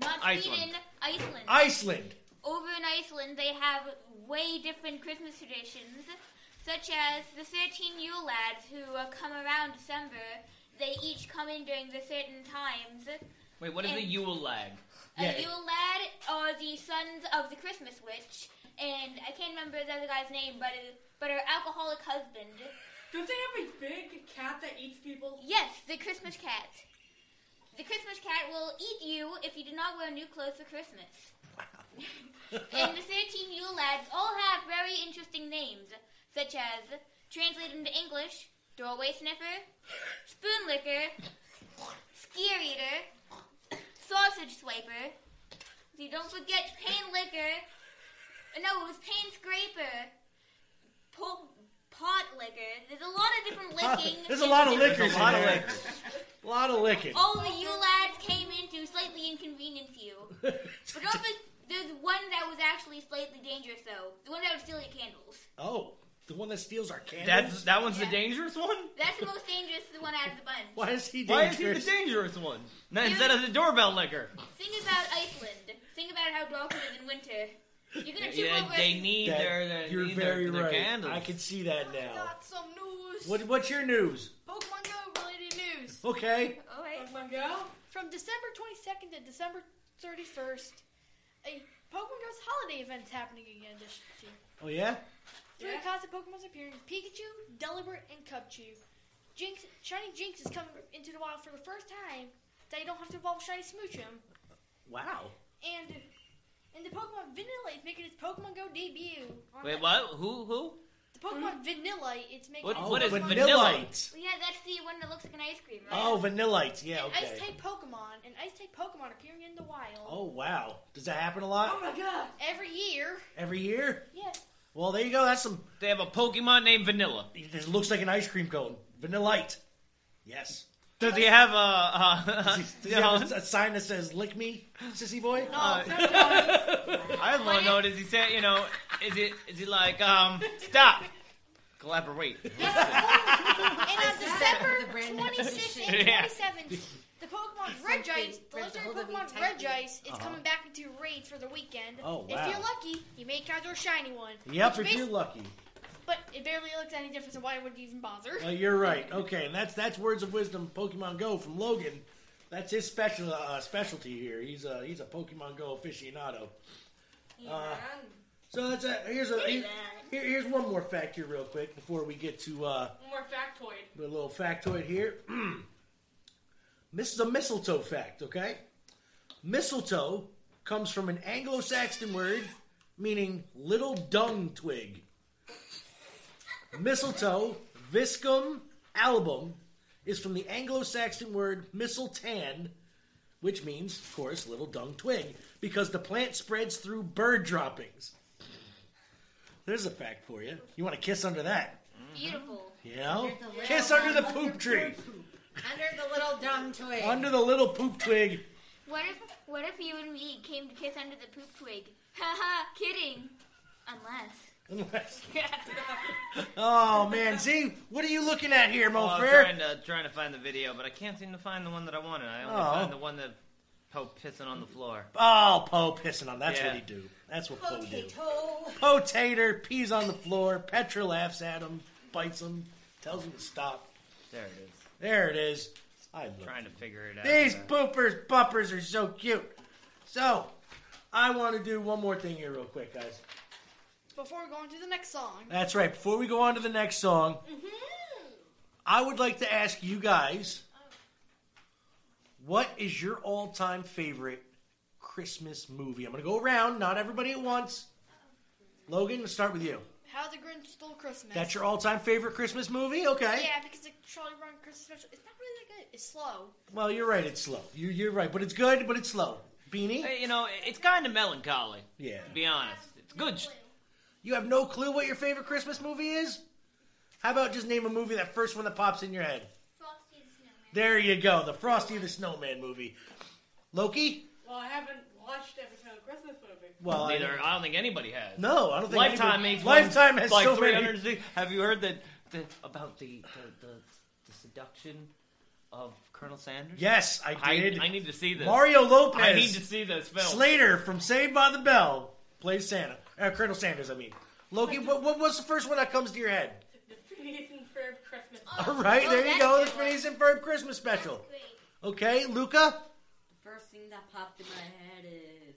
Speaker 3: Not
Speaker 2: Iceland.
Speaker 3: Sweden, Iceland.
Speaker 1: Iceland.
Speaker 3: Over in Iceland, they have way different Christmas traditions, such as the 13 Yule lads who uh, come around December. They each come in during the certain times.
Speaker 2: Wait, what is a Yule lag?
Speaker 3: A
Speaker 1: Yeah.
Speaker 3: Yule lad are uh, the sons of the Christmas witch, and I can't remember the other guy's name, but but her alcoholic husband.
Speaker 7: Don't they have a big cat that eats people?
Speaker 3: Yes, the Christmas cat. The Christmas cat will eat you if you do not wear new clothes for Christmas. and the 13 Yule lads all have very interesting names, such as, translated into English, doorway sniffer, spoon licker, skier eater, sausage swiper. You don't forget pain licker. No, it was pain scraper. Po- pot licker. There's a lot of different licking.
Speaker 1: There's a lot of liquors
Speaker 2: There's a lot
Speaker 1: in
Speaker 2: of
Speaker 1: there.
Speaker 2: liquor.
Speaker 1: A lot of licking.
Speaker 3: All the you lads came in to slightly inconvenience you. But don't think there's one that was actually slightly dangerous. or so. The one that would steal your candles.
Speaker 1: Oh, the one that steals our candles.
Speaker 2: That's that one's the dangerous one.
Speaker 3: That's the most dangerous, the one out of the bunch.
Speaker 1: Why is he
Speaker 2: Why is
Speaker 1: dangerous?
Speaker 2: he the dangerous one? No, instead of the doorbell licker.
Speaker 3: Think about Iceland. Think about how dark it is in winter. You're gonna trip
Speaker 2: Yeah,
Speaker 3: over.
Speaker 2: they need
Speaker 1: That-
Speaker 2: their, their,
Speaker 1: you're
Speaker 2: need their-
Speaker 1: very
Speaker 2: their
Speaker 1: right.
Speaker 2: candles.
Speaker 1: I can see that now.
Speaker 5: Got some news.
Speaker 1: What, what's your news?
Speaker 5: Pokemon Go related news.
Speaker 1: Okay.
Speaker 3: All right.
Speaker 5: Pokemon Go? Oh, From December 22nd to December 31st, a Pokemon Go's holiday event is happening again this year.
Speaker 1: Oh yeah.
Speaker 5: Three constant Pokemon's appearing Pikachu, Delibird, and Cubchoo. Jinx, Shiny Jinx is coming into the wild for the first time that you don't have to evolve Shiny Smoochum.
Speaker 1: Wow.
Speaker 5: And and the Pokemon Vanillite is making its Pokemon Go debut. on
Speaker 2: Wait,
Speaker 5: the-
Speaker 2: what? Who? Who?
Speaker 5: The Pokemon Vanillite it's making
Speaker 2: What-
Speaker 5: its
Speaker 1: Oh,
Speaker 2: what is
Speaker 5: Pokemon-
Speaker 2: vanilla?
Speaker 1: vanillite?
Speaker 3: Mm-hmm. Well, yeah, that's the one that looks like an ice cream, right?
Speaker 1: Oh, vanillite. Yeah.
Speaker 5: An
Speaker 1: Okay.
Speaker 5: Ice type Pokemon, an Ice type Pokemon appearing in the wild
Speaker 1: Oh wow. Does that happen a
Speaker 2: Oh,
Speaker 1: lot?
Speaker 5: every year.
Speaker 1: Every year?
Speaker 5: Yeah.
Speaker 1: Well, there you go. That's some.
Speaker 2: They have a Pokemon named Vanilla.
Speaker 1: It looks like an ice cream cone. Vanillite. Yes.
Speaker 2: Does he have a? Uh,
Speaker 1: Does he, does he have a, a sign that says "Lick me, sissy boy"?
Speaker 2: Uh, I just want to know, does he say, you know, is it is he like, um, stop, collaborate?
Speaker 5: And on December
Speaker 7: the brand name of the
Speaker 5: 26th
Speaker 2: shit?
Speaker 5: and
Speaker 2: Yeah.
Speaker 5: 27th, the Pokemon Regice, the legendary
Speaker 7: hold of
Speaker 5: Pokemon
Speaker 7: the type.
Speaker 5: Regice, is coming back into raids for the weekend.
Speaker 1: Uh-huh. Oh,
Speaker 5: If you're
Speaker 1: wow.
Speaker 5: lucky, you may encounter a shiny one.
Speaker 1: Yep,
Speaker 5: which
Speaker 1: if
Speaker 5: bas-
Speaker 1: you're lucky.
Speaker 5: But it barely looks any different, so why would you even bother?
Speaker 1: Well, you're right. Okay, and that's that's words of wisdom. Pokemon Go from Logan. That's his special uh, specialty here. He's a he's a Pokemon Go aficionado. Uh, so that's a here's a here, here's one more fact here, real quick, before we get to uh,
Speaker 8: One more factoid.
Speaker 1: a little factoid here. this is a mistletoe fact, okay? Mistletoe comes from an Anglo-Saxon word meaning little dung twig. Mistletoe, viscum album, is from the Anglo-Saxon word mistletoe, which means, of course, little dung twig, because the plant spreads through bird droppings. There's a fact for you. You want to kiss under that?
Speaker 3: Beautiful.
Speaker 1: You know?
Speaker 7: Under the little
Speaker 1: Kiss under the
Speaker 7: one,
Speaker 1: poop
Speaker 7: under
Speaker 1: tree.
Speaker 7: Under the little dumb twig.
Speaker 1: Under the little poop twig.
Speaker 3: What if what if you and me came to kiss under the poop twig? Haha, kidding. Unless.
Speaker 1: Unless- oh man, see, what are you looking at here,
Speaker 2: Well, Oh, I'm
Speaker 1: Mofer?
Speaker 2: trying to trying to find the video, but I can't seem to find the one that I wanted. I only
Speaker 1: Oh.
Speaker 2: found the one that Pope pissing on the floor.
Speaker 1: Oh, Poe pissing on. That's
Speaker 2: Yeah.
Speaker 1: what he do. That's what Poe do.
Speaker 7: Potato.
Speaker 1: Poe tater pees on the floor. Petra laughs at him, bites him, tells him to stop.
Speaker 2: There it is.
Speaker 1: There it is. I love
Speaker 2: Trying to figure it out.
Speaker 1: These poopers, bumpers are so cute. So, I want to do one more thing here, real quick, guys.
Speaker 5: Before we go on to the next song.
Speaker 1: That's right. Before we go on to the next song,
Speaker 7: Mm-hmm.
Speaker 1: I would like to ask you guys what is your all time favorite Christmas movie? I'm going to go around, not everybody at once. Logan, let's start with you.
Speaker 5: How the Grinch Stole Christmas.
Speaker 1: That's your all time favorite Christmas movie? Okay.
Speaker 5: Yeah, because the Charlie Brown Christmas special, it's not really that good. It's slow.
Speaker 1: Well, you're right. It's slow. You're, you're right. But it's good, but it's slow. Beanie?
Speaker 2: Hey, you know, it- it's kind of melancholy.
Speaker 1: Yeah.
Speaker 2: To be honest, it's good. sh-
Speaker 1: You have no clue what your favorite Christmas movie is? How about just name a movie, that first one that pops in your head?
Speaker 3: Frosty the Snowman.
Speaker 1: There you go. The Frosty the Snowman movie. Loki?
Speaker 8: Well, I haven't watched every single Christmas movie.
Speaker 1: Well, I-
Speaker 2: Neither. I don't think anybody has.
Speaker 1: No, I don't think
Speaker 2: Lifetime
Speaker 1: anybody-
Speaker 2: makes
Speaker 1: Lifetime
Speaker 2: one,
Speaker 1: has
Speaker 2: like
Speaker 1: so many.
Speaker 2: 360 Have you heard that the, about the the, the the seduction of Colonel Sanders?
Speaker 1: Yes, I
Speaker 2: I,
Speaker 1: did.
Speaker 2: I need to see this.
Speaker 1: Mario Lopez.
Speaker 2: I need to see this film.
Speaker 1: Slater from Saved by the Bell plays Santa. Uh, Colonel Sanders, I mean. Loki, what, what was the first one that comes to your head?
Speaker 8: The Phineas and Ferb Christmas.
Speaker 1: All right,
Speaker 3: Oh,
Speaker 1: there you
Speaker 3: that's
Speaker 1: go.
Speaker 3: a
Speaker 1: The
Speaker 3: good one.
Speaker 1: Phineas and Ferb Christmas special.
Speaker 3: Great.
Speaker 1: Okay, Luca?
Speaker 7: First thing that popped in my head is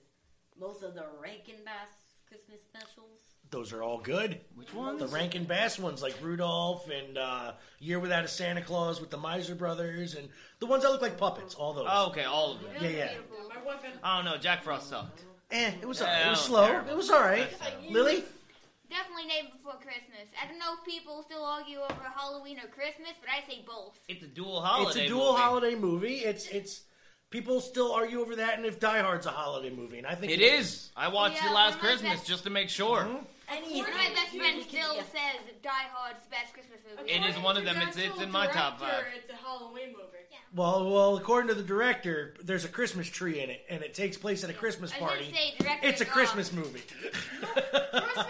Speaker 7: most of the Rankin Bass Christmas specials.
Speaker 1: Those are all good.
Speaker 2: Which ones?
Speaker 1: The Rankin Bass ones, like Rudolph and uh, Year Without a Santa Claus with the Miser Brothers, and the ones that look like puppets, all those.
Speaker 2: Oh, okay, all of them.
Speaker 1: yeah, yeah.
Speaker 8: My weapon.
Speaker 2: I don't know. Jack Frost sucked.
Speaker 1: Eh, it was, all
Speaker 2: Yeah,
Speaker 1: right. it
Speaker 2: that
Speaker 1: was
Speaker 2: was
Speaker 1: slow.
Speaker 2: terrible.
Speaker 1: It was all right.
Speaker 2: That's terrible.
Speaker 1: Lily?
Speaker 3: Definitely Night Before Christmas. I don't know if people still argue over Halloween or Christmas, but I say both.
Speaker 2: It's a dual holiday.
Speaker 1: it's a dual
Speaker 2: movie.
Speaker 1: holiday movie. It's it's people still argue over that, and if Die Hard's a holiday movie, and I think Mm-hmm.
Speaker 2: It is. I watched
Speaker 3: Yeah,
Speaker 2: it last
Speaker 3: one of my
Speaker 2: Christmas
Speaker 3: best-
Speaker 2: just to make sure.
Speaker 7: Anything.
Speaker 3: One of my best
Speaker 7: You
Speaker 3: friends
Speaker 7: can-
Speaker 3: still
Speaker 7: yeah.
Speaker 3: says Die Hard's the best Christmas movie.
Speaker 2: It is one of them. It's- it's in my top five.
Speaker 8: It's a Halloween movie.
Speaker 3: Yeah.
Speaker 1: Well, well, according to the director, there's a Christmas tree in it, and it takes place at a Christmas
Speaker 3: I was gonna
Speaker 1: party.
Speaker 3: say, director
Speaker 1: It's a
Speaker 3: involved.
Speaker 1: Christmas movie.
Speaker 3: Christmas.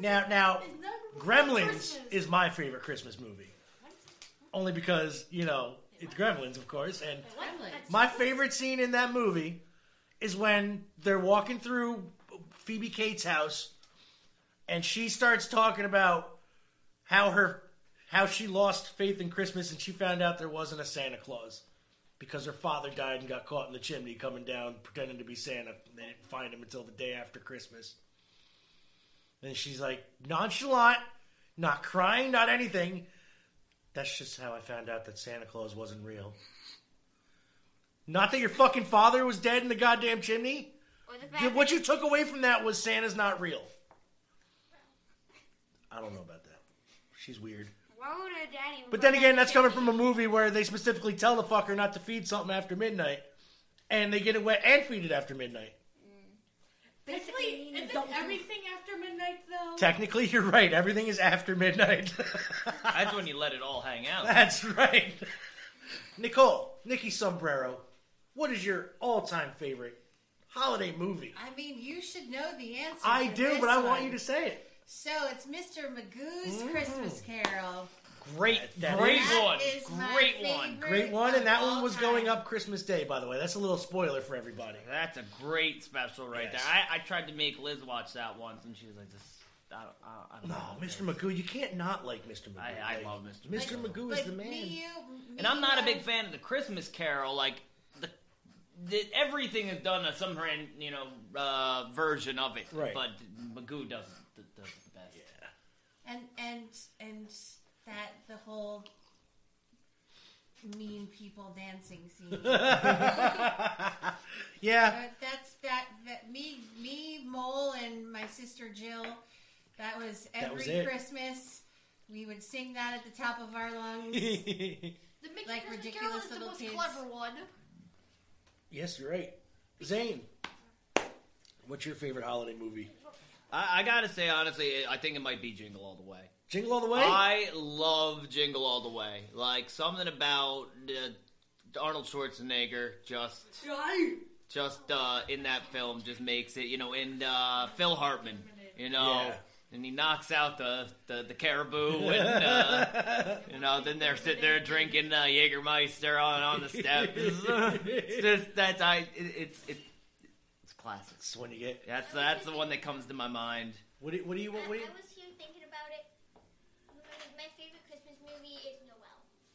Speaker 1: Now, now,
Speaker 3: It's not
Speaker 1: Gremlins
Speaker 3: Christmas.
Speaker 1: is my favorite Christmas movie, only because you know it's Gremlins, of course, and my favorite scene in that movie is when they're walking through Phoebe Cates' house, and she starts talking about how her how she lost faith in Christmas, and she found out there wasn't a Santa Claus because her father died and got caught in the chimney coming down pretending to be Santa. And they didn't find him until the day after Christmas. And she's like nonchalant, not crying, not anything. That's just how I found out that Santa Claus wasn't real. Not that your fucking father was dead in the goddamn chimney.
Speaker 3: Or the
Speaker 1: Yeah,
Speaker 3: fact
Speaker 1: What you took away from that was Santa's not real. I don't know about that. She's weird.
Speaker 3: that- Why would her daddy?
Speaker 1: But then again, that's coming from a movie where they specifically tell the fucker not to feed something after midnight, and they get it wet and feed it after midnight.
Speaker 8: Basically, isn't everything after midnight though?
Speaker 1: Technically, you're right. Everything is after midnight.
Speaker 2: That's when you let it all hang out.
Speaker 1: that's right. Nicole, Nikki Sombrero, what is your all-time favorite holiday movie?
Speaker 9: I mean, you should know the answer.
Speaker 1: I
Speaker 9: to
Speaker 1: do,
Speaker 9: this
Speaker 1: but I want
Speaker 9: one.
Speaker 1: you to say it.
Speaker 9: So it's Mr. Magoo's
Speaker 1: Mm-hmm.
Speaker 9: Christmas Carol.
Speaker 1: Great,
Speaker 9: great one. That is my Great one. favorite
Speaker 1: great one, and that one was going up Christmas Day. By the way, that's a little spoiler for everybody.
Speaker 2: That's a great special right
Speaker 1: Yes.
Speaker 2: there. I, I tried to make Liz watch that once, and she was like, "This, I don't, I don't, I don't
Speaker 1: No, Mr. Magoo, you can't not like Mr. Magoo.
Speaker 2: I, I love Mr. Magoo.
Speaker 1: Mr. Magoo is
Speaker 9: But
Speaker 1: the man.
Speaker 9: me, you,
Speaker 2: And I'm not a big fan of the Christmas Carol. Like the, the everything is done a some ran- you know uh, version of it.
Speaker 9: Right.
Speaker 2: But Magoo does it- does it the best. Yeah.
Speaker 9: and and and that the whole mean people dancing scene.
Speaker 1: Yeah.
Speaker 9: Uh, that's that, that. Me, me, Mole, and my sister Jill. That was
Speaker 1: That
Speaker 9: every
Speaker 1: was it.
Speaker 9: Christmas. We would sing that at the top of our lungs.
Speaker 5: The Mickey
Speaker 9: Like
Speaker 5: Christmas Carol
Speaker 9: ridiculous
Speaker 5: is the
Speaker 9: little
Speaker 5: most
Speaker 9: kids.
Speaker 5: clever one.
Speaker 1: yes, you're right. Zane, what's your favorite holiday movie?
Speaker 2: I, I gotta say honestly, I think it might be Jingle All the Way.
Speaker 1: Jingle All the Way?
Speaker 2: I love Jingle All the Way. Like something about uh, Arnold Schwarzenegger just just uh, in that film just makes it, you know, and uh, Phil Hartman, you know,
Speaker 1: Yeah.
Speaker 2: and he knocks out the the, the caribou, and uh, you know, then they're sitting there drinking uh, Jägermeister on on the steps. it's just that's I it, it's it's it's classic.
Speaker 1: It's when you get
Speaker 2: that's that's the one that comes to my mind.
Speaker 1: What do, what do you what, what do you,
Speaker 3: I was here thinking about it. My favorite Christmas movie is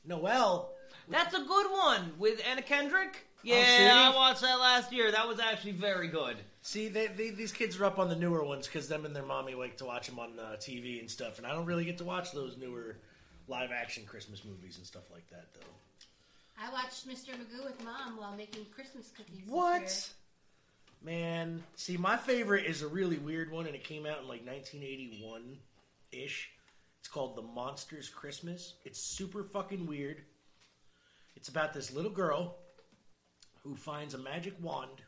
Speaker 3: Noel.
Speaker 1: Noel? Oh,
Speaker 2: That's a good one with Anna Kendrick. Yeah,
Speaker 1: see?
Speaker 2: I watched that last year. That was actually very good.
Speaker 1: See, they, they, these kids are up on the newer ones because them and their mommy like to watch them on uh, TV and stuff, and I don't really get to watch those newer live action Christmas movies and stuff like that though.
Speaker 9: I watched Mr. Magoo with mom while making Christmas cookies. this year.
Speaker 1: What? Man, see, my favorite is a really weird one, and it came out in like 1981 ish. It's called The Monsters Christmas. It's super fucking weird. It's about this little girl who finds a magic wand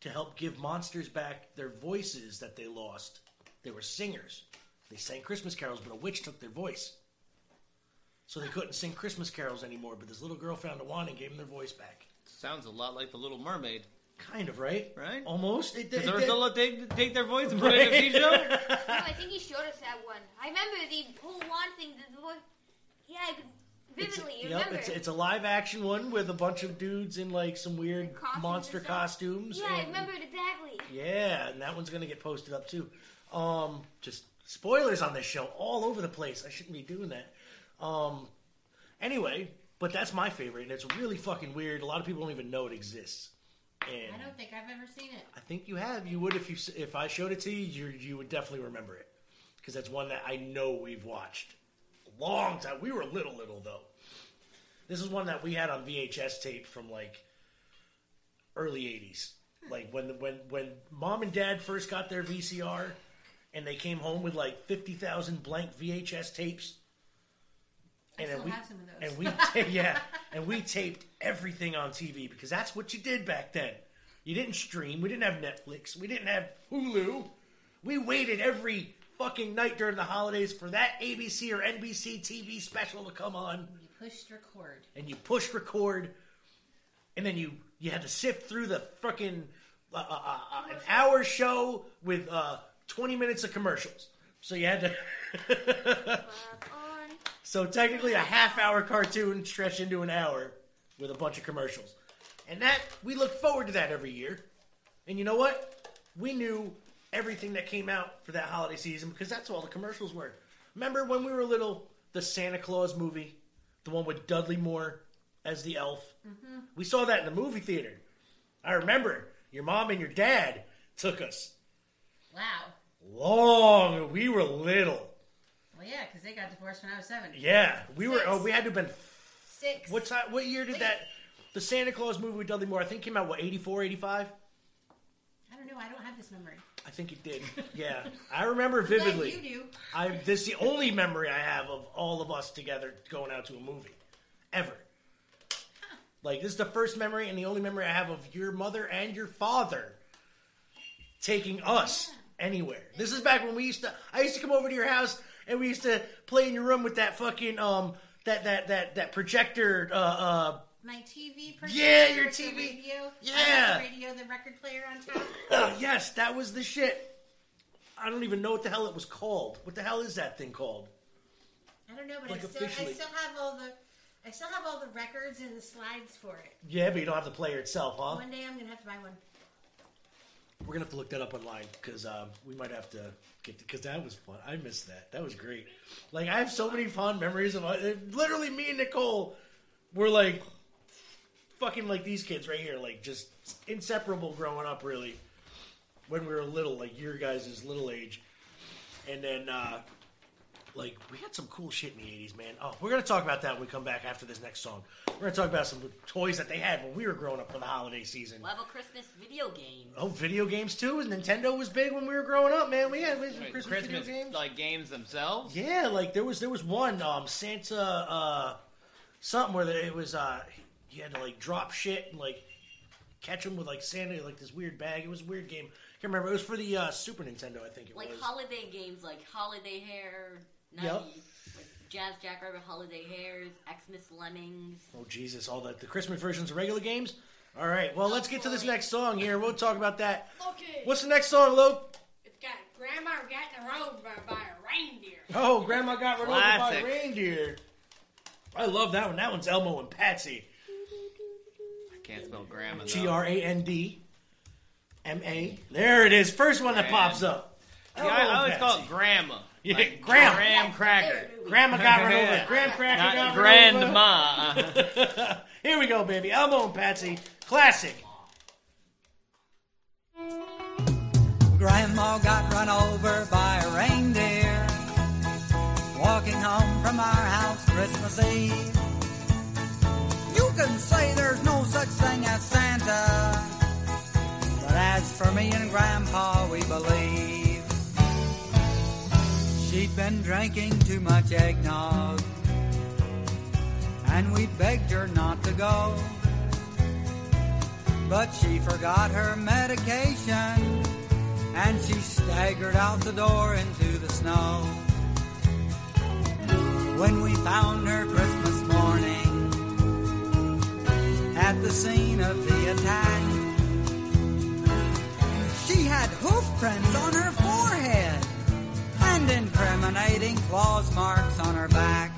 Speaker 1: to help give monsters back their voices that they lost. They were singers. They sang Christmas carols, but a witch took their voice. So they couldn't sing Christmas carols anymore, but this little girl found a wand and gave them their voice back.
Speaker 2: Sounds a lot like The Little Mermaid.
Speaker 1: Kind of, right?
Speaker 2: Right?
Speaker 1: Almost. It, it,
Speaker 2: Does Ursula take, take their voice and put it
Speaker 1: Right.
Speaker 2: in a TV show?
Speaker 3: no, I think he showed us that one. I remember the whole wand thing. The, the one, yeah, I could- vividly. you
Speaker 1: Yep,
Speaker 3: remember?
Speaker 1: it's, it's a live action one with a bunch of dudes in like some weird
Speaker 3: Costumes
Speaker 1: monster
Speaker 3: and stuff.
Speaker 1: costumes.
Speaker 3: Yeah, I
Speaker 1: and-
Speaker 3: remember it exactly.
Speaker 1: Yeah, and that one's gonna get posted up too. Um, just spoilers on this show all over the place. I shouldn't be doing that. Um, anyway, but that's my favorite, and it's really fucking weird. A lot of people don't even know it exists. And
Speaker 9: I don't think I've ever seen it.
Speaker 1: I think you have. You would if you s- if I showed it to you. You you would definitely remember it because that's one that I know we've watched a long time. We were little little though. This is one that we had on VHS tape from like early '80s, like when the- when when mom and dad first got their VCR, and they came home with like fifty thousand blank VHS tapes.
Speaker 9: I
Speaker 1: then
Speaker 9: still
Speaker 1: we,
Speaker 9: have some of those.
Speaker 1: and we ta- yeah, and we taped everything on TV because that's what you did back then. You didn't stream. We didn't have Netflix. We didn't have Hulu. We waited every fucking night during the holidays for that ABC or NBC TV special to come on.
Speaker 9: pushed record.
Speaker 1: and you pushed record, and then you you had to sift through the fucking uh, uh, uh, uh, an hour show with uh, twenty minutes of commercials. So you had to. so technically, a half hour cartoon stretched into an hour with a bunch of commercials, and that we look forward to that every year. And you know what? We knew everything that came out for that holiday season because that's all the commercials were. Remember when we were little, the Santa Claus movie, the one with Dudley Moore as the elf?
Speaker 9: Mm-hmm.
Speaker 1: We saw that in the movie theater. I remember your mom and your dad took us
Speaker 9: Wow.
Speaker 1: long. We were little.
Speaker 9: Well, yeah, because they got divorced when I was seven.
Speaker 1: Yeah, we were. Oh, we had to have been.
Speaker 9: Six.
Speaker 1: What time? What year did that? The Santa Claus movie with Dudley Moore, I think, came out what 84, 85?
Speaker 9: I don't know. I don't have this memory.
Speaker 1: I think it did. Yeah, I remember vividly.
Speaker 9: Glad you do.
Speaker 1: I this is the only memory I have of all of us together going out to a movie, ever. Like this is the first memory and the only memory I have of your mother and your father taking us anywhere. This is back when we used to. I used to come over to your house and we used to play in your room with that fucking um that that that that projector uh uh
Speaker 9: My TV.
Speaker 1: Yeah, your
Speaker 9: with the
Speaker 1: TV.
Speaker 9: Radio,
Speaker 1: Yeah.
Speaker 9: The radio, the record player on top.
Speaker 1: Oh, yes, that was the shit. I don't even know what the hell it was called. What the hell is that thing called?
Speaker 9: I don't know, but
Speaker 1: Like
Speaker 9: I still I
Speaker 1: officially.
Speaker 9: still have all the I still have all the records and the slides for it.
Speaker 1: Yeah, but you don't have the player itself, huh?
Speaker 9: One day I'm gonna have to buy one.
Speaker 1: We're gonna have to look that up online because um, we might have to get because that was fun. I missed that. That was great. Like I have so many fond memories of uh, literally me and Nicole were like fucking like these kids right here, like just inseparable growing up. Really, when we were little, like your guys' little age, and then uh, like we had some cool shit in the eighties, man. Oh, we're gonna talk about that when we come back after this next song. We're gonna talk about some toys that they had when we were growing up for the holiday season.
Speaker 10: We'll have a Christmas video game.
Speaker 1: Oh, video games too. And Nintendo was big when we were growing up, man. We had we had some
Speaker 2: Wait,
Speaker 1: Christmas,
Speaker 2: Christmas,
Speaker 1: video games.
Speaker 2: like games themselves.
Speaker 1: Yeah, like there was there was one um, Santa uh, something where it was uh, you had to like drop shit and like catch them with like Santa in, like this weird bag. It was a weird game. I can't remember. It was for the uh, Super Nintendo, I think it
Speaker 10: Like
Speaker 1: was.
Speaker 10: holiday games, like Holiday Hair,
Speaker 1: Yep.
Speaker 10: 90, like Jazz Jackrabbit, Holiday Hairs, Xmas Lemmings.
Speaker 1: oh Jesus! All the the Christmas versions of regular games. All right, well let's get to this next song here. We'll talk about that.
Speaker 8: Okay.
Speaker 1: What's the next song, Luke?
Speaker 8: It's got Grandma got in the road by, by a reindeer.
Speaker 1: Oh, Grandma got run
Speaker 2: Classic.
Speaker 1: over by a reindeer. I love that one. That one's Elmo and Patsy.
Speaker 2: I can't spell grandma. though.
Speaker 1: G R A N D M A. There it is. First one that pops up. Oh,
Speaker 2: Yeah, I, I always call it grandma.
Speaker 1: Yeah,
Speaker 2: Like,
Speaker 1: grandma.
Speaker 2: Graham Cracker.
Speaker 1: Grandma got run over.
Speaker 2: Yeah.
Speaker 1: Graham Cracker
Speaker 2: Not
Speaker 1: got
Speaker 2: grandma.
Speaker 1: run over. Grandma. Here we go, baby. Elmo and Patsy. Classic.
Speaker 11: Grandma got run over by a reindeer walking home from our house Christmas Eve. You can say there's no such thing as Santa, but as for me and Grandpa, we believe she'd been drinking too much eggnog, and we begged her not to go. But she forgot her medication and she staggered out the door into the snow. When we found her Christmas morning at the scene of the attack, she had hoof prints on her forehead and incriminating claws marks on her back.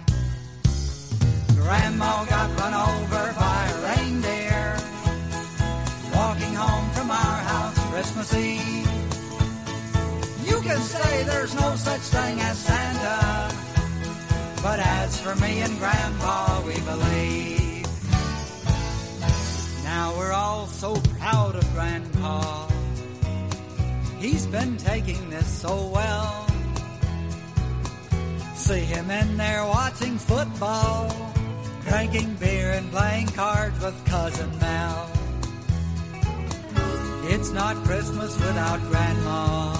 Speaker 11: Grandma got run over by a reindeer walking home from our house Christmas Eve. You can say there's no such thing as Santa, but as for me and Grandpa, we believe. Now we're all so proud of Grandpa. He's been taking this so well. See him in there watching football, drinking beer and playing cards with Cousin Mel. It's not Christmas without Grandma.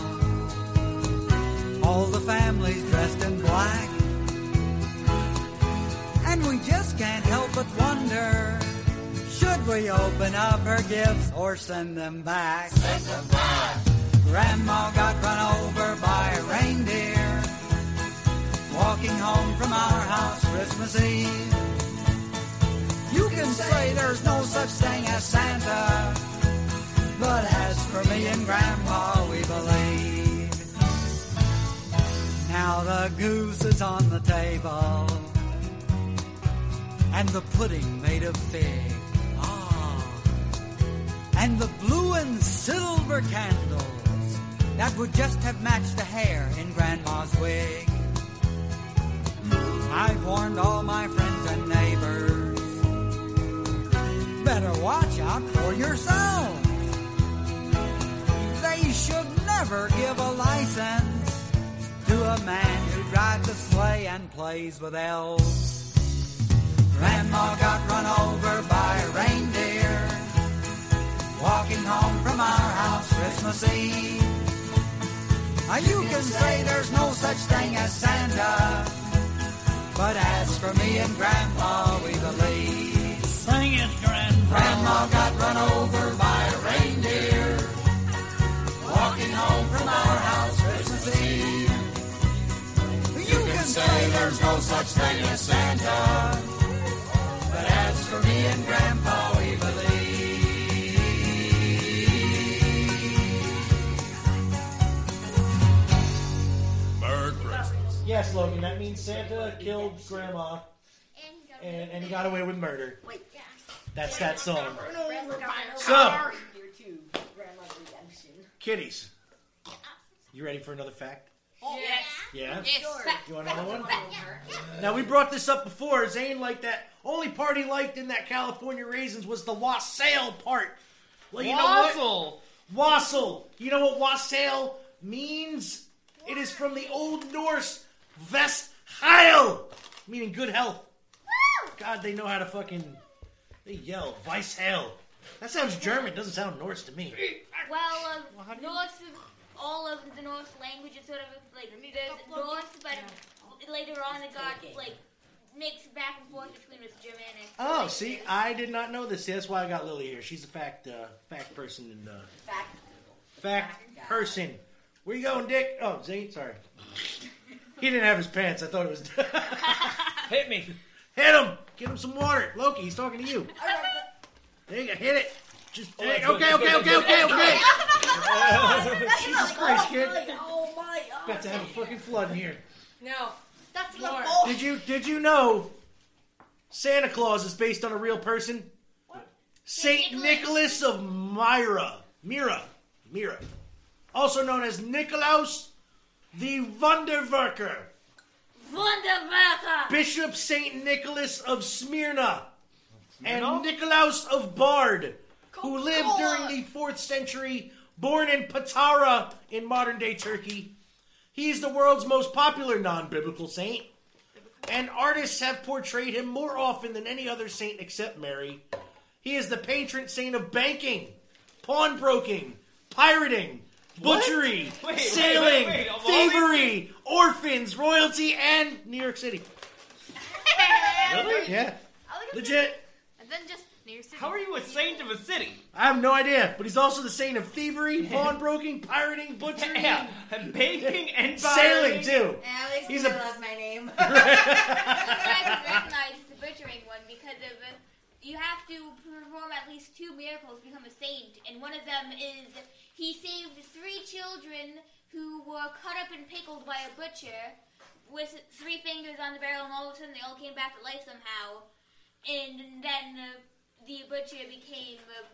Speaker 11: All the family's dressed in black. And we just can't help but wonder should we open up her gifts or send them back? Send them back! Grandma got run over by a reindeer walking home from our house Christmas Eve. can say there's no such thing as Santa. But as for me and Grandpa, we believe. Now the goose is on the table, and the pudding made of fig. Ah, and the blue and silver candles that would just have matched the hair in Grandma's wig. I've warned all my friends and neighbors. Better watch out for yourselves. They should never give a license to a man who drives a sleigh and plays with elves. Grandma got run over by a reindeer walking home from our house Christmas Eve. Now you can say there's no such thing as Santa. But as for me and Grandma, we believe. Sing it, Grandma. Grandma got run over by a reindeer. Walking home from our house Christmas Eve. You can say there's no such thing as Santa. But as for me and Grandpa, we believe.
Speaker 12: Merry Christmas.
Speaker 1: Yes, Logan, that means Santa killed Grandma and, and he got away with murder. That's that song. So, kitties, you ready for another fact?
Speaker 8: Yes.
Speaker 1: Yeah?
Speaker 8: Yes.
Speaker 1: You want another one? Now, we brought this up before. Zane liked that. Only part he liked in that California Raisins was the wassail part. Well, you know what? Wassail. You know what wassail means? It is from the Old Norse vest heil, meaning good health. God, they know how to fucking. They yell, vice hail. That sounds German, doesn't sound Norse to me.
Speaker 3: Well, um, Norse, all of the Norse languages sort of like there's Norse, but later on it got like mixed back and forth between with Germanic.
Speaker 1: Oh, see, I did not know this. See, that's why I got Lily here. She's a fact, uh, fact person and uh,
Speaker 10: Fact.
Speaker 1: fact person. Where you going, Dick? Oh, Zane, sorry. He didn't have his pants. I thought it was. hit me. Hit him. Get him some water. Loki, he's talking to you. There you go. Hit it. Just
Speaker 8: Oh, that's
Speaker 1: okay,
Speaker 8: good,
Speaker 1: okay,
Speaker 8: that's
Speaker 1: okay,
Speaker 8: good,
Speaker 1: okay,
Speaker 8: that's
Speaker 1: okay.
Speaker 8: good.
Speaker 1: Jesus Christ, kid.
Speaker 10: Oh my.
Speaker 1: About to have a fucking flood in here.
Speaker 10: No. That's the
Speaker 8: Lord.
Speaker 10: ball.
Speaker 1: Did you did you know Santa Claus is based on a real person? Saint Nicholas of Myra. Mira. Mira. Also known as Nikolaus the Wunderwerker.
Speaker 3: Wunderwerker.
Speaker 1: Bishop Saint Nicholas of Smyrna. And Nikolaus of Bard, who lived during the 4th century, born in Patara in modern day Turkey. He's the world's most popular non biblical saint. And artists have portrayed him more often than any other saint except Mary. He is the patron saint of banking, pawnbroking, pirating,
Speaker 8: What?
Speaker 1: butchery,
Speaker 8: Wait, wait,
Speaker 1: sailing,
Speaker 8: wait, wait, of all these
Speaker 1: thievery, orphans, royalty, and New York City.
Speaker 2: Really?
Speaker 1: Yeah. Legit.
Speaker 8: And then just near city.
Speaker 2: How are you a saint of a city?
Speaker 1: I have no idea, but he's also the saint of thievery, pawnbroking, pirating, butchery,
Speaker 2: Yeah, and baking and
Speaker 1: sailing
Speaker 2: firing.
Speaker 1: too.
Speaker 9: At least
Speaker 1: He's
Speaker 9: I
Speaker 1: a-
Speaker 9: love my name.
Speaker 3: I recognize the butchering one because of uh, you have to perform at least two miracles to become a saint, and one of them is he saved three children who were cut up and pickled by a butcher with three fingers on the barrel, and all of a sudden they all came back to life somehow, and then uh, the butcher became. Uh,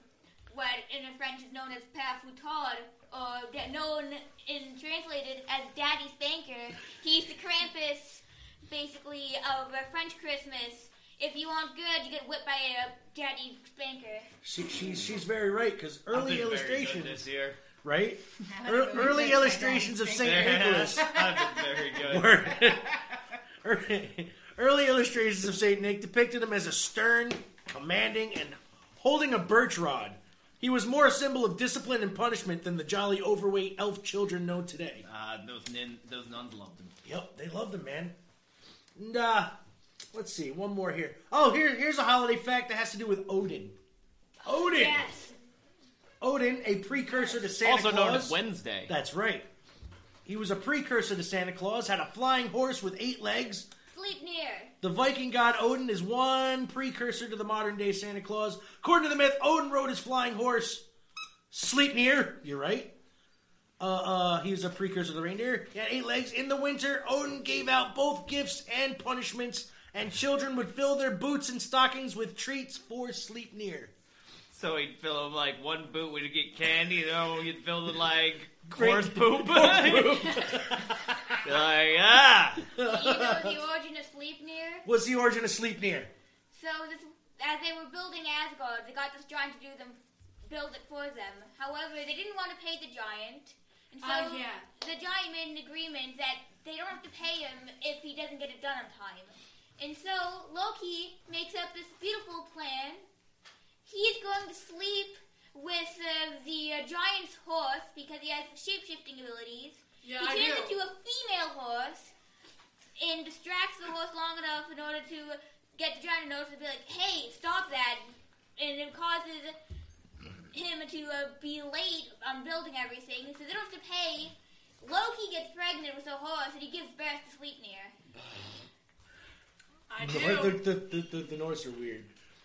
Speaker 3: what in French is known as père foutard, or that known in translated as daddy spanker. He's the Krampus, basically, of a French Christmas. If you aren't good, you get whipped by a daddy spanker.
Speaker 1: She, she's she's very right because
Speaker 2: I
Speaker 1: early
Speaker 2: did very good
Speaker 1: illustrations,
Speaker 2: this year.
Speaker 1: right?
Speaker 2: I
Speaker 1: Ear-
Speaker 2: did very
Speaker 1: early
Speaker 2: good.
Speaker 1: illustrations of Saint Nicholas.
Speaker 2: I did very good.
Speaker 1: Early- Early illustrations of Saint Nick depicted him as a stern, commanding, and holding a birch rod. He was more a symbol of discipline and punishment than the jolly, overweight elf children know today.
Speaker 2: Uh, those, nin, those nuns loved him.
Speaker 1: Yep, they love them, man. And, uh, let's see, one more here. Oh, here, here's a holiday fact that has to do with Odin. Odin!
Speaker 8: Yes.
Speaker 1: Odin, a precursor to Santa
Speaker 2: also
Speaker 1: Claus.
Speaker 2: known as Wednesday.
Speaker 1: That's right. He was a precursor to Santa Claus, had a flying horse with eight legs,
Speaker 3: Sleep near.
Speaker 1: The Viking god Odin is one precursor to the modern day Santa Claus. According to the myth, Odin rode his flying horse Sleipnir. You're right. Uh, uh, he was a precursor of the reindeer. He had eight legs. In the winter, Odin gave out both gifts and punishments, and children would fill their boots and stockings with treats for Sleipnir.
Speaker 2: So he'd fill them like one boot would get candy, the other one would fill it like
Speaker 1: Great-
Speaker 2: horse poop.
Speaker 1: Horse poop.
Speaker 2: like ah,
Speaker 3: Do you know the origin of Sleipnir?
Speaker 1: What's the origin of Sleipnir?
Speaker 3: So this, as they were building Asgard, they got this giant to do them, build it for them. However, they didn't want to pay the giant, and so
Speaker 8: Oh, yeah.
Speaker 3: the giant made an agreement that they don't have to pay him if he doesn't get it done on time. And so Loki makes up this beautiful plan. He's going to sleep with uh, the uh, giant's horse because he has shape-shifting abilities. he
Speaker 8: Yeah, I
Speaker 3: turns
Speaker 8: do.
Speaker 3: into a female horse and distracts the horse long enough in order to get the giant to notice and be like, "Hey, stop that!" And it causes him to uh, be late on building everything, so they don't have to pay. Loki gets pregnant with a horse, and he gives birth to Sleipnir.
Speaker 8: I
Speaker 1: The,
Speaker 8: do.
Speaker 1: the, the, the, the Norse are weird.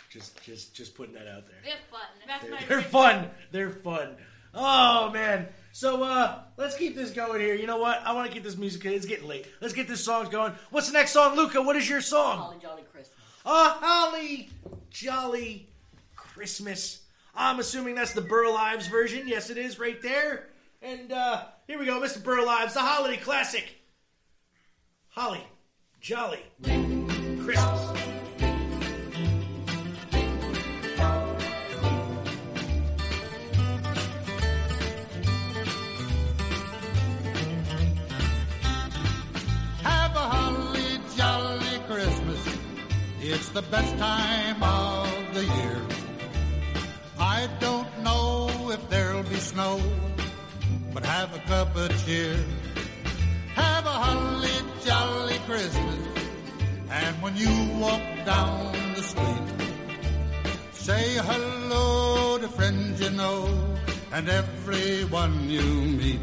Speaker 1: Just, just, just putting that out there.
Speaker 3: They're fun.
Speaker 8: That's
Speaker 1: They're,
Speaker 8: my
Speaker 1: they're fun. They're fun. Oh man. So uh let's keep this going here. You know what? I want to keep this music. It's getting late. Let's get this song going. What's the next song, Luca? What is your song?
Speaker 10: Holly Jolly Christmas.
Speaker 1: Oh, Holly Jolly Christmas. I'm assuming that's the Burl Ives version. Yes, it is right there. And uh here we go, Mr. Burl Ives, the holiday classic. Holly Jolly Christmas.
Speaker 13: Have a holly jolly Christmas. It's the best time of the year. I don't know if there'll be snow, but have a cup of cheer. Have a holly jolly Christmas. And when you walk down the street, say hello to friends you know and everyone you meet.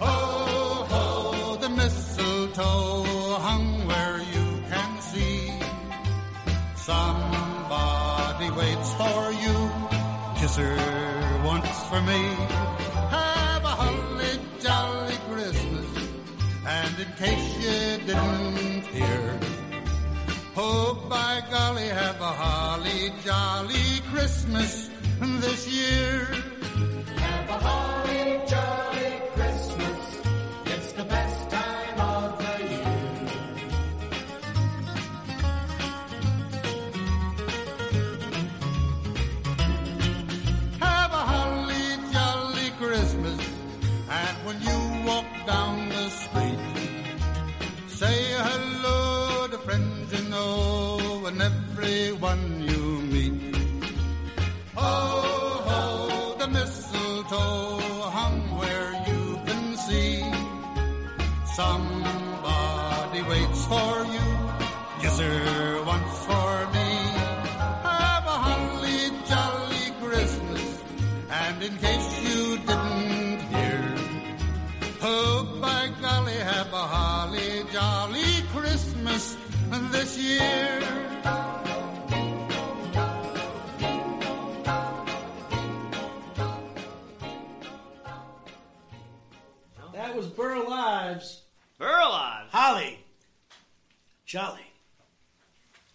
Speaker 13: Ho, ho, the mistletoe hung where you can see. Somebody waits for you. Kiss her once for me. Have a holly jolly Christmas. And in case you didn't hear, oh by golly, have a holly jolly Christmas this year. Have a holly jolly Christmas. It's the best time of the year. Have a holly jolly Christmas. And when you walk down the street, say hello to friends you know and everyone you meet. Ho, ho, the mistletoe hung where you can see. Somebody waits for you. Yes, sir, once for me. Have a holly jolly Christmas. And in case you didn't hear, oh, by golly, have a holly jolly Christmas this year.
Speaker 1: That was Burl Ives.
Speaker 2: Burl Ives.
Speaker 1: Holly. Jolly.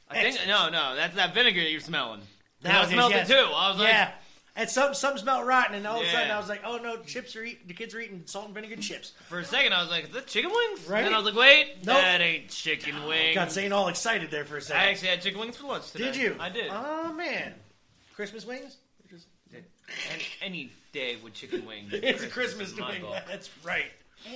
Speaker 2: I think no, no, that's that vinegar you're smelling.
Speaker 1: That
Speaker 2: I
Speaker 1: was it,
Speaker 2: smelled
Speaker 1: yes.
Speaker 2: it too. I was like,
Speaker 1: yeah. And some some smelled rotten, and all of a sudden
Speaker 2: Yeah.
Speaker 1: I was like, oh no, chips are eating. The kids are eating salt and vinegar chips.
Speaker 2: for a second, I was like, is that chicken wings?
Speaker 1: Right?
Speaker 2: And I was like, wait,
Speaker 1: Nope.
Speaker 2: that ain't chicken wings.
Speaker 1: Got Zane all excited there for a second.
Speaker 2: I actually had chicken wings for lunch today.
Speaker 1: did you?
Speaker 2: I did.
Speaker 1: Oh man, Christmas wings.
Speaker 2: Any, any day with chicken wings.
Speaker 1: It's a
Speaker 2: is
Speaker 1: Christmas
Speaker 2: my
Speaker 1: wing.
Speaker 2: goal.
Speaker 1: That's right.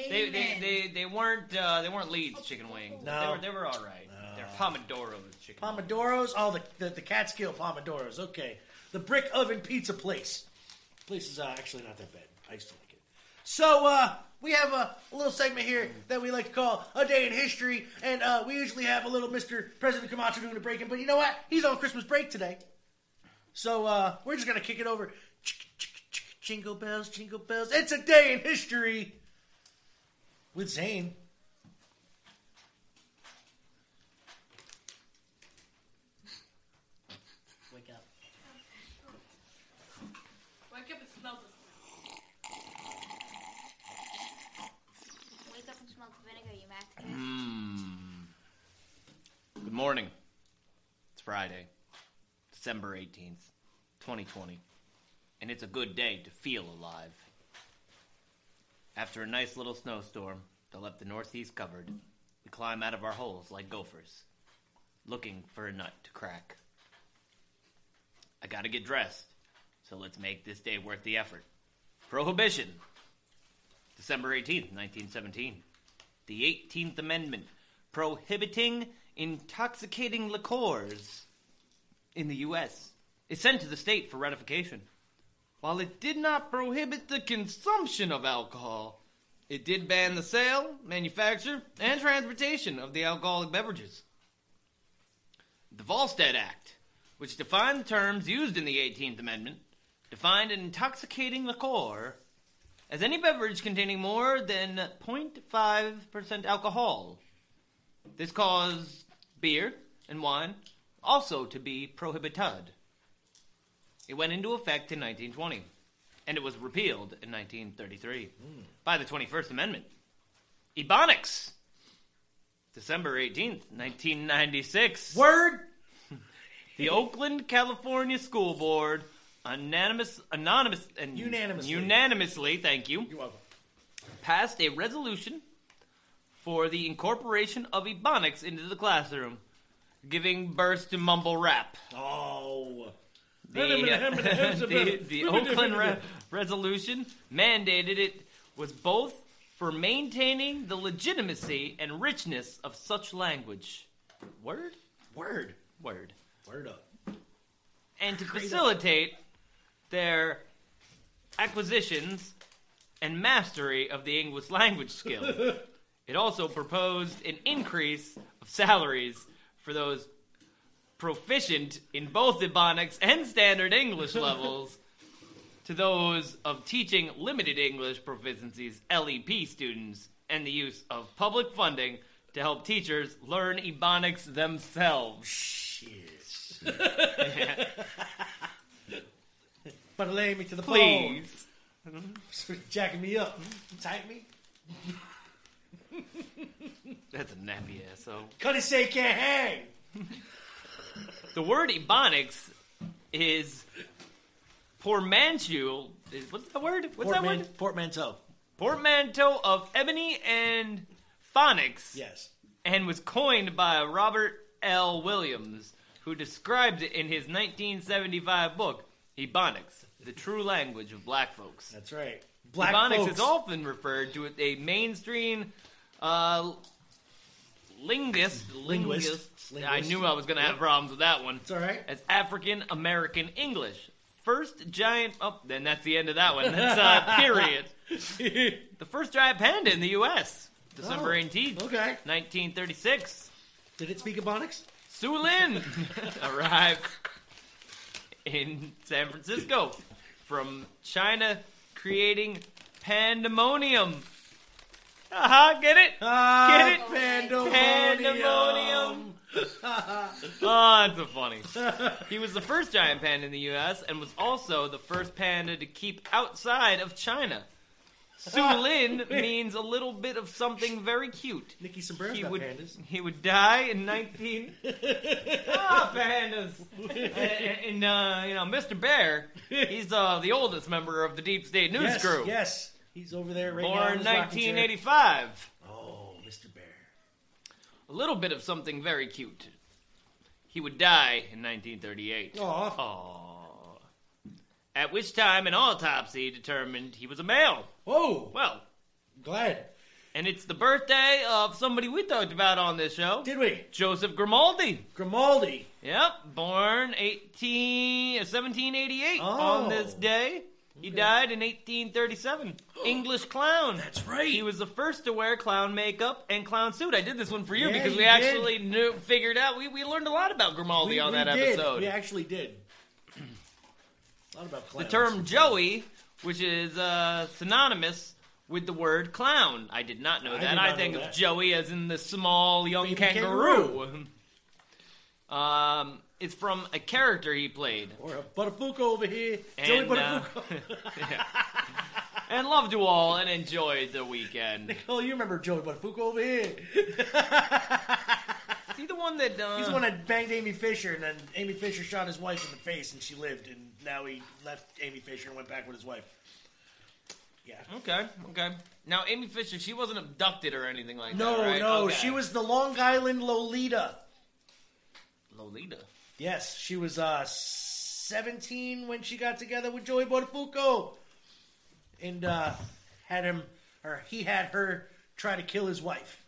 Speaker 2: They, they, they, they weren't uh, they weren't Leeds chicken wings.
Speaker 1: No.
Speaker 2: they were, they were all right. They're Pomodoro's chicken.
Speaker 1: Pomodoros. Oh, the the, the Catskill Pomodoros. Okay, the brick oven pizza place. Place is uh, actually not that bad. I used to like it. So uh, we have a, a little segment here that we like to call a day in history, and uh, we usually have a little Mister President Camacho doing a break in, but you know what? He's on Christmas break today, so uh, we're just gonna kick it over. Jingle bells, jingle bells. It's a day in history with Zane.
Speaker 8: Wake up and smell this.
Speaker 3: Wake up and smell the vinegar, you master.
Speaker 2: Mm. Good morning. It's Friday, December 18th, 2020, and it's a good day to feel alive. After a nice little snowstorm that left the northeast covered, we climb out of our holes like gophers, looking for a nut to crack. I gotta get dressed, so let's make this day worth the effort. Prohibition! December 18th, 1917 the 18th Amendment prohibiting intoxicating liquors in the U.S. is sent to the state for ratification. While it did not prohibit the consumption of alcohol, it did ban the sale, manufacture, and transportation of the alcoholic beverages. The Volstead Act, which defined the terms used in the 18th Amendment, defined an intoxicating liquor as any beverage containing more than 0.5% alcohol. This caused beer and wine also to be prohibited. It went into effect in 1920, and it was repealed in 1933 by the 21st Amendment. Ebonics! December 18th, 1996. Word! the Oakland, California School Board anonymous, anonymous, and
Speaker 1: Unanimously.
Speaker 2: unanimously, thank you. You're welcome. Passed a resolution for the incorporation of ebonics into the classroom, giving birth to mumble rap. Oh. The, the, the Oakland re- resolution mandated it was both for maintaining the legitimacy and richness of such language. Word? Word. Word. Word up. And to facilitate their acquisitions and mastery of the English language skill. It also proposed an increase of salaries for those proficient in both Ebonics and Standard English levels to those of teaching limited English proficiencies LEP students and the use of public funding to help teachers learn Ebonics themselves.
Speaker 1: But lay me to the
Speaker 2: Please.
Speaker 1: bone. Jacking me up. Tight me.
Speaker 2: That's a nappy ass. So
Speaker 1: Cut his say can't hang.
Speaker 2: Uh-huh, the word ebonics is portmanteau. Is, what's the word? What's that word?
Speaker 1: Portmanteau.
Speaker 2: Portmanteau of ebony and phonics.
Speaker 1: Yes.
Speaker 2: And was coined by Robert L. Williams, who described it in his 1975 book, Ebonics, The True Language of Black Folks.
Speaker 1: That's right.
Speaker 2: Black
Speaker 1: Black
Speaker 2: Ebonics
Speaker 1: folks.
Speaker 2: is often referred to as a mainstream uh, linguist,
Speaker 1: Linguist.
Speaker 2: linguist. I
Speaker 1: Linguist.
Speaker 2: knew I was going to have
Speaker 1: Yep.
Speaker 2: problems with that one.
Speaker 1: It's all right.
Speaker 2: As African American English. First giant. Oh, then that's the end of that one. That's uh, period. the first giant panda in the U.S. December
Speaker 1: Oh,
Speaker 2: 18th,
Speaker 1: okay.
Speaker 2: 1936.
Speaker 1: Did it speak Ebonics?
Speaker 2: Sue Lin arrived in San Francisco from China, creating pandemonium. Aha, get it? get it?
Speaker 1: Ah, Pandemonium.
Speaker 2: Pandemonium. oh, that's so funny. He was the first giant panda in the U.S. and was also the first panda to keep outside of China. Su Lin means a little bit of something very cute.
Speaker 1: Nicky Sombrero's
Speaker 2: he
Speaker 1: got
Speaker 2: would,
Speaker 1: pandas.
Speaker 2: He would die in 19... ah, pandas! and, and, uh, you know, Mr. Bear, he's uh, the oldest member of the Deep State News
Speaker 1: yes,
Speaker 2: crew.
Speaker 1: Yes. He's over there right now. in
Speaker 2: Born
Speaker 1: his rocking chair.
Speaker 2: 1985.
Speaker 1: Oh, Mr. Bear.
Speaker 2: A little bit of something very cute. He would die in 1938.
Speaker 1: Aw.
Speaker 2: At which time an autopsy determined he was a male.
Speaker 1: Whoa.
Speaker 2: Well.
Speaker 1: Oh. Glad.
Speaker 2: And it's the birthday of somebody we talked about on this show. Did
Speaker 1: we?
Speaker 2: Joseph Grimaldi.
Speaker 1: Grimaldi.
Speaker 2: Yep. Born 18, 1788 on
Speaker 1: Oh.
Speaker 2: this day. He died in 1837. English clown. That's right. He was the first to wear clown makeup and clown suit. I did this one for you
Speaker 1: Yeah,
Speaker 2: because
Speaker 1: you
Speaker 2: we
Speaker 1: did.
Speaker 2: actually knew, figured out. We, we learned a lot about Grimaldi
Speaker 1: We-
Speaker 2: on
Speaker 1: we
Speaker 2: that
Speaker 1: did.
Speaker 2: episode.
Speaker 1: We actually did. A lot about
Speaker 2: the
Speaker 1: clowns.
Speaker 2: term Joey, which is uh, synonymous with the word clown. I did not know
Speaker 1: I
Speaker 2: that.
Speaker 1: did
Speaker 2: I
Speaker 1: not
Speaker 2: think
Speaker 1: know
Speaker 2: of
Speaker 1: that.
Speaker 2: Joey as in the small young
Speaker 1: Baby
Speaker 2: kangaroo. Um, is from a character he played.
Speaker 1: Or a Buttafuoco over here. Joey
Speaker 2: And, uh, yeah. and loved you all and enjoyed the weekend.
Speaker 1: Oh, you remember Joey Buttafuoco over here?
Speaker 2: Is he the one that? Uh...
Speaker 1: He's the one that banged Amy Fisher, and then Amy Fisher shot his wife in the face, and she lived. And now he left Amy Fisher and went back with his wife. Yeah.
Speaker 2: Okay. Okay. Now Amy Fisher, she wasn't abducted or anything like
Speaker 1: no,
Speaker 2: that. right?
Speaker 1: no,
Speaker 2: Okay.
Speaker 1: she was the Long Island Lolita.
Speaker 2: Lolita.
Speaker 1: Yes, she was uh, 17 when she got together with Joey Buttafuoco, and uh, had him, or he had her try to kill his wife,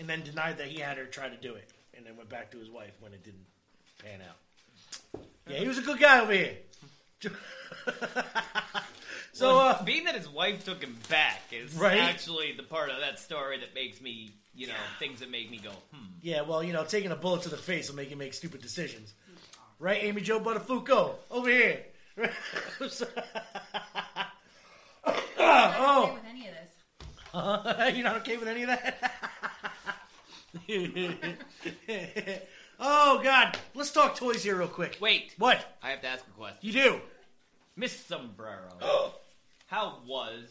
Speaker 1: and then denied that he had her try to do it, and then went back to his wife when it didn't pan out. Yeah, he was a good guy over here. So, uh,
Speaker 2: Well, being that his wife took him back is
Speaker 1: Right?
Speaker 2: actually the part of that story that makes me, you know, things that make me go, hmm.
Speaker 1: Yeah, well, you know, taking a bullet to the face will make you make stupid decisions, right? Amy Joe Buttafuoco over here.
Speaker 14: I'm not okay
Speaker 1: oh,
Speaker 14: with any of this.
Speaker 1: you're not okay with any of that? oh God, let's talk toys here real quick.
Speaker 2: Wait,
Speaker 1: what?
Speaker 2: I have to ask a question.
Speaker 1: You do. Oh.
Speaker 2: Miss Sombrero, how was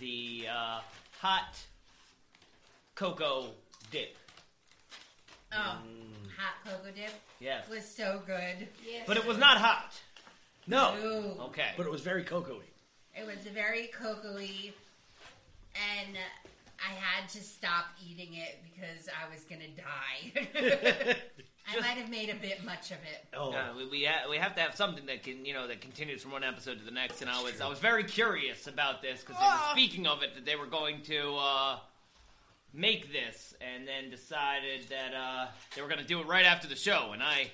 Speaker 2: the uh, hot cocoa dip? Mm.
Speaker 14: Oh, hot cocoa dip.
Speaker 2: Yes.
Speaker 14: Was so good. Yes.
Speaker 2: But it was not hot.
Speaker 1: No.
Speaker 14: No.
Speaker 2: Okay.
Speaker 1: But it was very cocoa-y.
Speaker 14: It was very cocoa-y, and I had to stop eating it because I was gonna die. I might have made a bit much of it.
Speaker 1: Oh,
Speaker 2: Uh, we we, ha- we have to have something that can you know that continues from one episode to the next. And I was I was very curious about this because they
Speaker 1: Ah!
Speaker 2: were speaking of it that they were going to uh, make this, and then decided that uh, they were going to do it right after the show, and I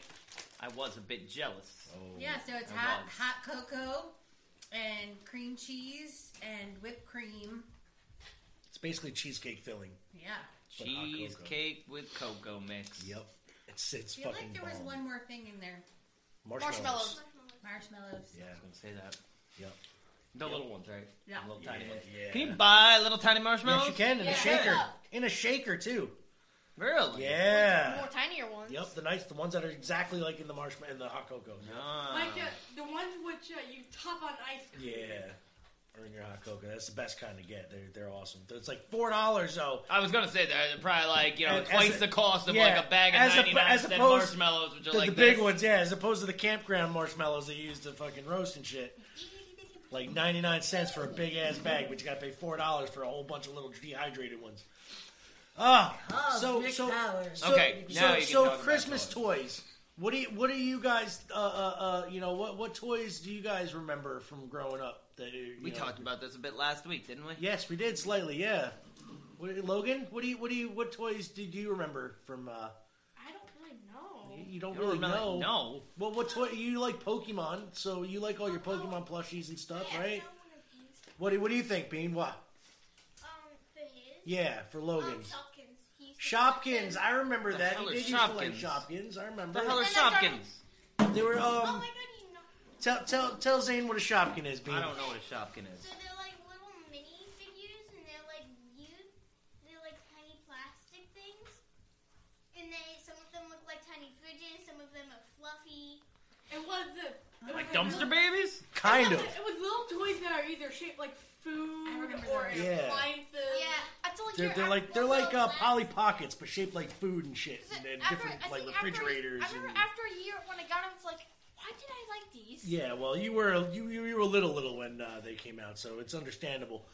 Speaker 2: I was a bit jealous. Oh.
Speaker 14: Yeah, so it's hot, hot cocoa and cream cheese and whipped cream.
Speaker 1: It's basically cheesecake filling.
Speaker 14: Yeah.
Speaker 1: But hot cocoa.
Speaker 2: Cheesecake with cocoa mix.
Speaker 1: Yep. It's it's
Speaker 14: I feel
Speaker 1: fucking
Speaker 14: like there was
Speaker 1: bomb.
Speaker 14: one more thing in there.
Speaker 1: Marshmallows. Marshmallows.
Speaker 14: Marshmallows.
Speaker 1: Yeah, I
Speaker 2: was gonna say that.
Speaker 1: Yep.
Speaker 2: The little ones, right?
Speaker 14: Yeah.
Speaker 2: The little tiny ones.
Speaker 1: Yeah.
Speaker 2: Can you buy little tiny marshmallows?
Speaker 1: Yes, you can in
Speaker 2: Yeah.
Speaker 1: a shaker, in a shaker too.
Speaker 2: Really?
Speaker 1: Yeah.
Speaker 5: More tinier ones.
Speaker 1: Yep, the nice, the ones that are exactly like in the marshmallow and the hot cocoa.
Speaker 8: Like uh, the ones which uh, you top on ice cream.
Speaker 1: yeah, or in your hot cocoa. That's the best kind to get. They're they're awesome. It's like four dollars though.
Speaker 2: I was gonna say that they're probably like you know
Speaker 1: As-
Speaker 2: twice
Speaker 1: as a-
Speaker 2: the cost of
Speaker 1: yeah,
Speaker 2: like a bag
Speaker 1: as
Speaker 2: of
Speaker 1: a-
Speaker 2: ninety nine
Speaker 1: as
Speaker 2: cent
Speaker 1: opposed
Speaker 2: marshmallows, which are
Speaker 1: The,
Speaker 2: like
Speaker 1: the big
Speaker 2: this.
Speaker 1: ones, yeah, as opposed to the campground marshmallows they use to fucking roast and shit. Like ninety nine cents for a big ass bag, but you got to pay four dollars for a whole bunch of little dehydrated ones. Ah, so so, so
Speaker 2: Okay,
Speaker 1: so,
Speaker 2: now you can
Speaker 1: so
Speaker 2: talk about
Speaker 1: Christmas toys. What do you what do you guys uh, uh, uh you know what what toys do you guys remember from growing up? That, uh, you
Speaker 2: We
Speaker 1: know,
Speaker 2: talked about this a bit last week, didn't we?
Speaker 1: Yes, we did slightly. Yeah. What, Logan, what do you what do you what toys did you remember from? Uh,
Speaker 5: I don't really
Speaker 1: you,
Speaker 5: know.
Speaker 1: you don't
Speaker 2: You
Speaker 1: really
Speaker 2: don't
Speaker 1: know.
Speaker 2: really know.
Speaker 1: Well, what toy you like Pokemon? So you like all your Pokemon plushies and stuff, right? What do, what do you think, Bean? What?
Speaker 15: Um, for his?
Speaker 1: Yeah, for
Speaker 15: Um,
Speaker 1: Logan's.
Speaker 15: Shopkins. He's
Speaker 1: Shopkins, I remember
Speaker 2: The
Speaker 1: that.
Speaker 2: hell
Speaker 1: He
Speaker 2: is
Speaker 1: did used to like
Speaker 2: Shopkins?
Speaker 1: Shopkins. I remember.
Speaker 2: The hell is Shopkins?
Speaker 1: They were um. Tell tell tell Zane what a Shopkin is, Bean.
Speaker 2: I don't know what a Shopkin is.
Speaker 15: So they're like little mini figures, and they're like you, they're like tiny plastic things. And they, some of them look like tiny fridges, some of them are fluffy.
Speaker 8: It was the it
Speaker 2: Like
Speaker 8: was the
Speaker 2: dumpster babies?
Speaker 1: Kind
Speaker 8: it
Speaker 1: of.
Speaker 8: was, It was little toys that are either shaped like food or
Speaker 1: those. Yeah.
Speaker 8: appliances. Yeah,
Speaker 15: I told
Speaker 1: They're, they're like they're like uh, Polly Pockets, but shaped like food and shit, and, and
Speaker 15: After-
Speaker 1: different
Speaker 15: I
Speaker 1: like
Speaker 15: think after-
Speaker 1: refrigerators.
Speaker 15: I remember
Speaker 1: and,
Speaker 15: after a year when I got them, it's like, why did I like these?
Speaker 1: Yeah, well, you were you you, you were little little when uh, they came out, so it's understandable.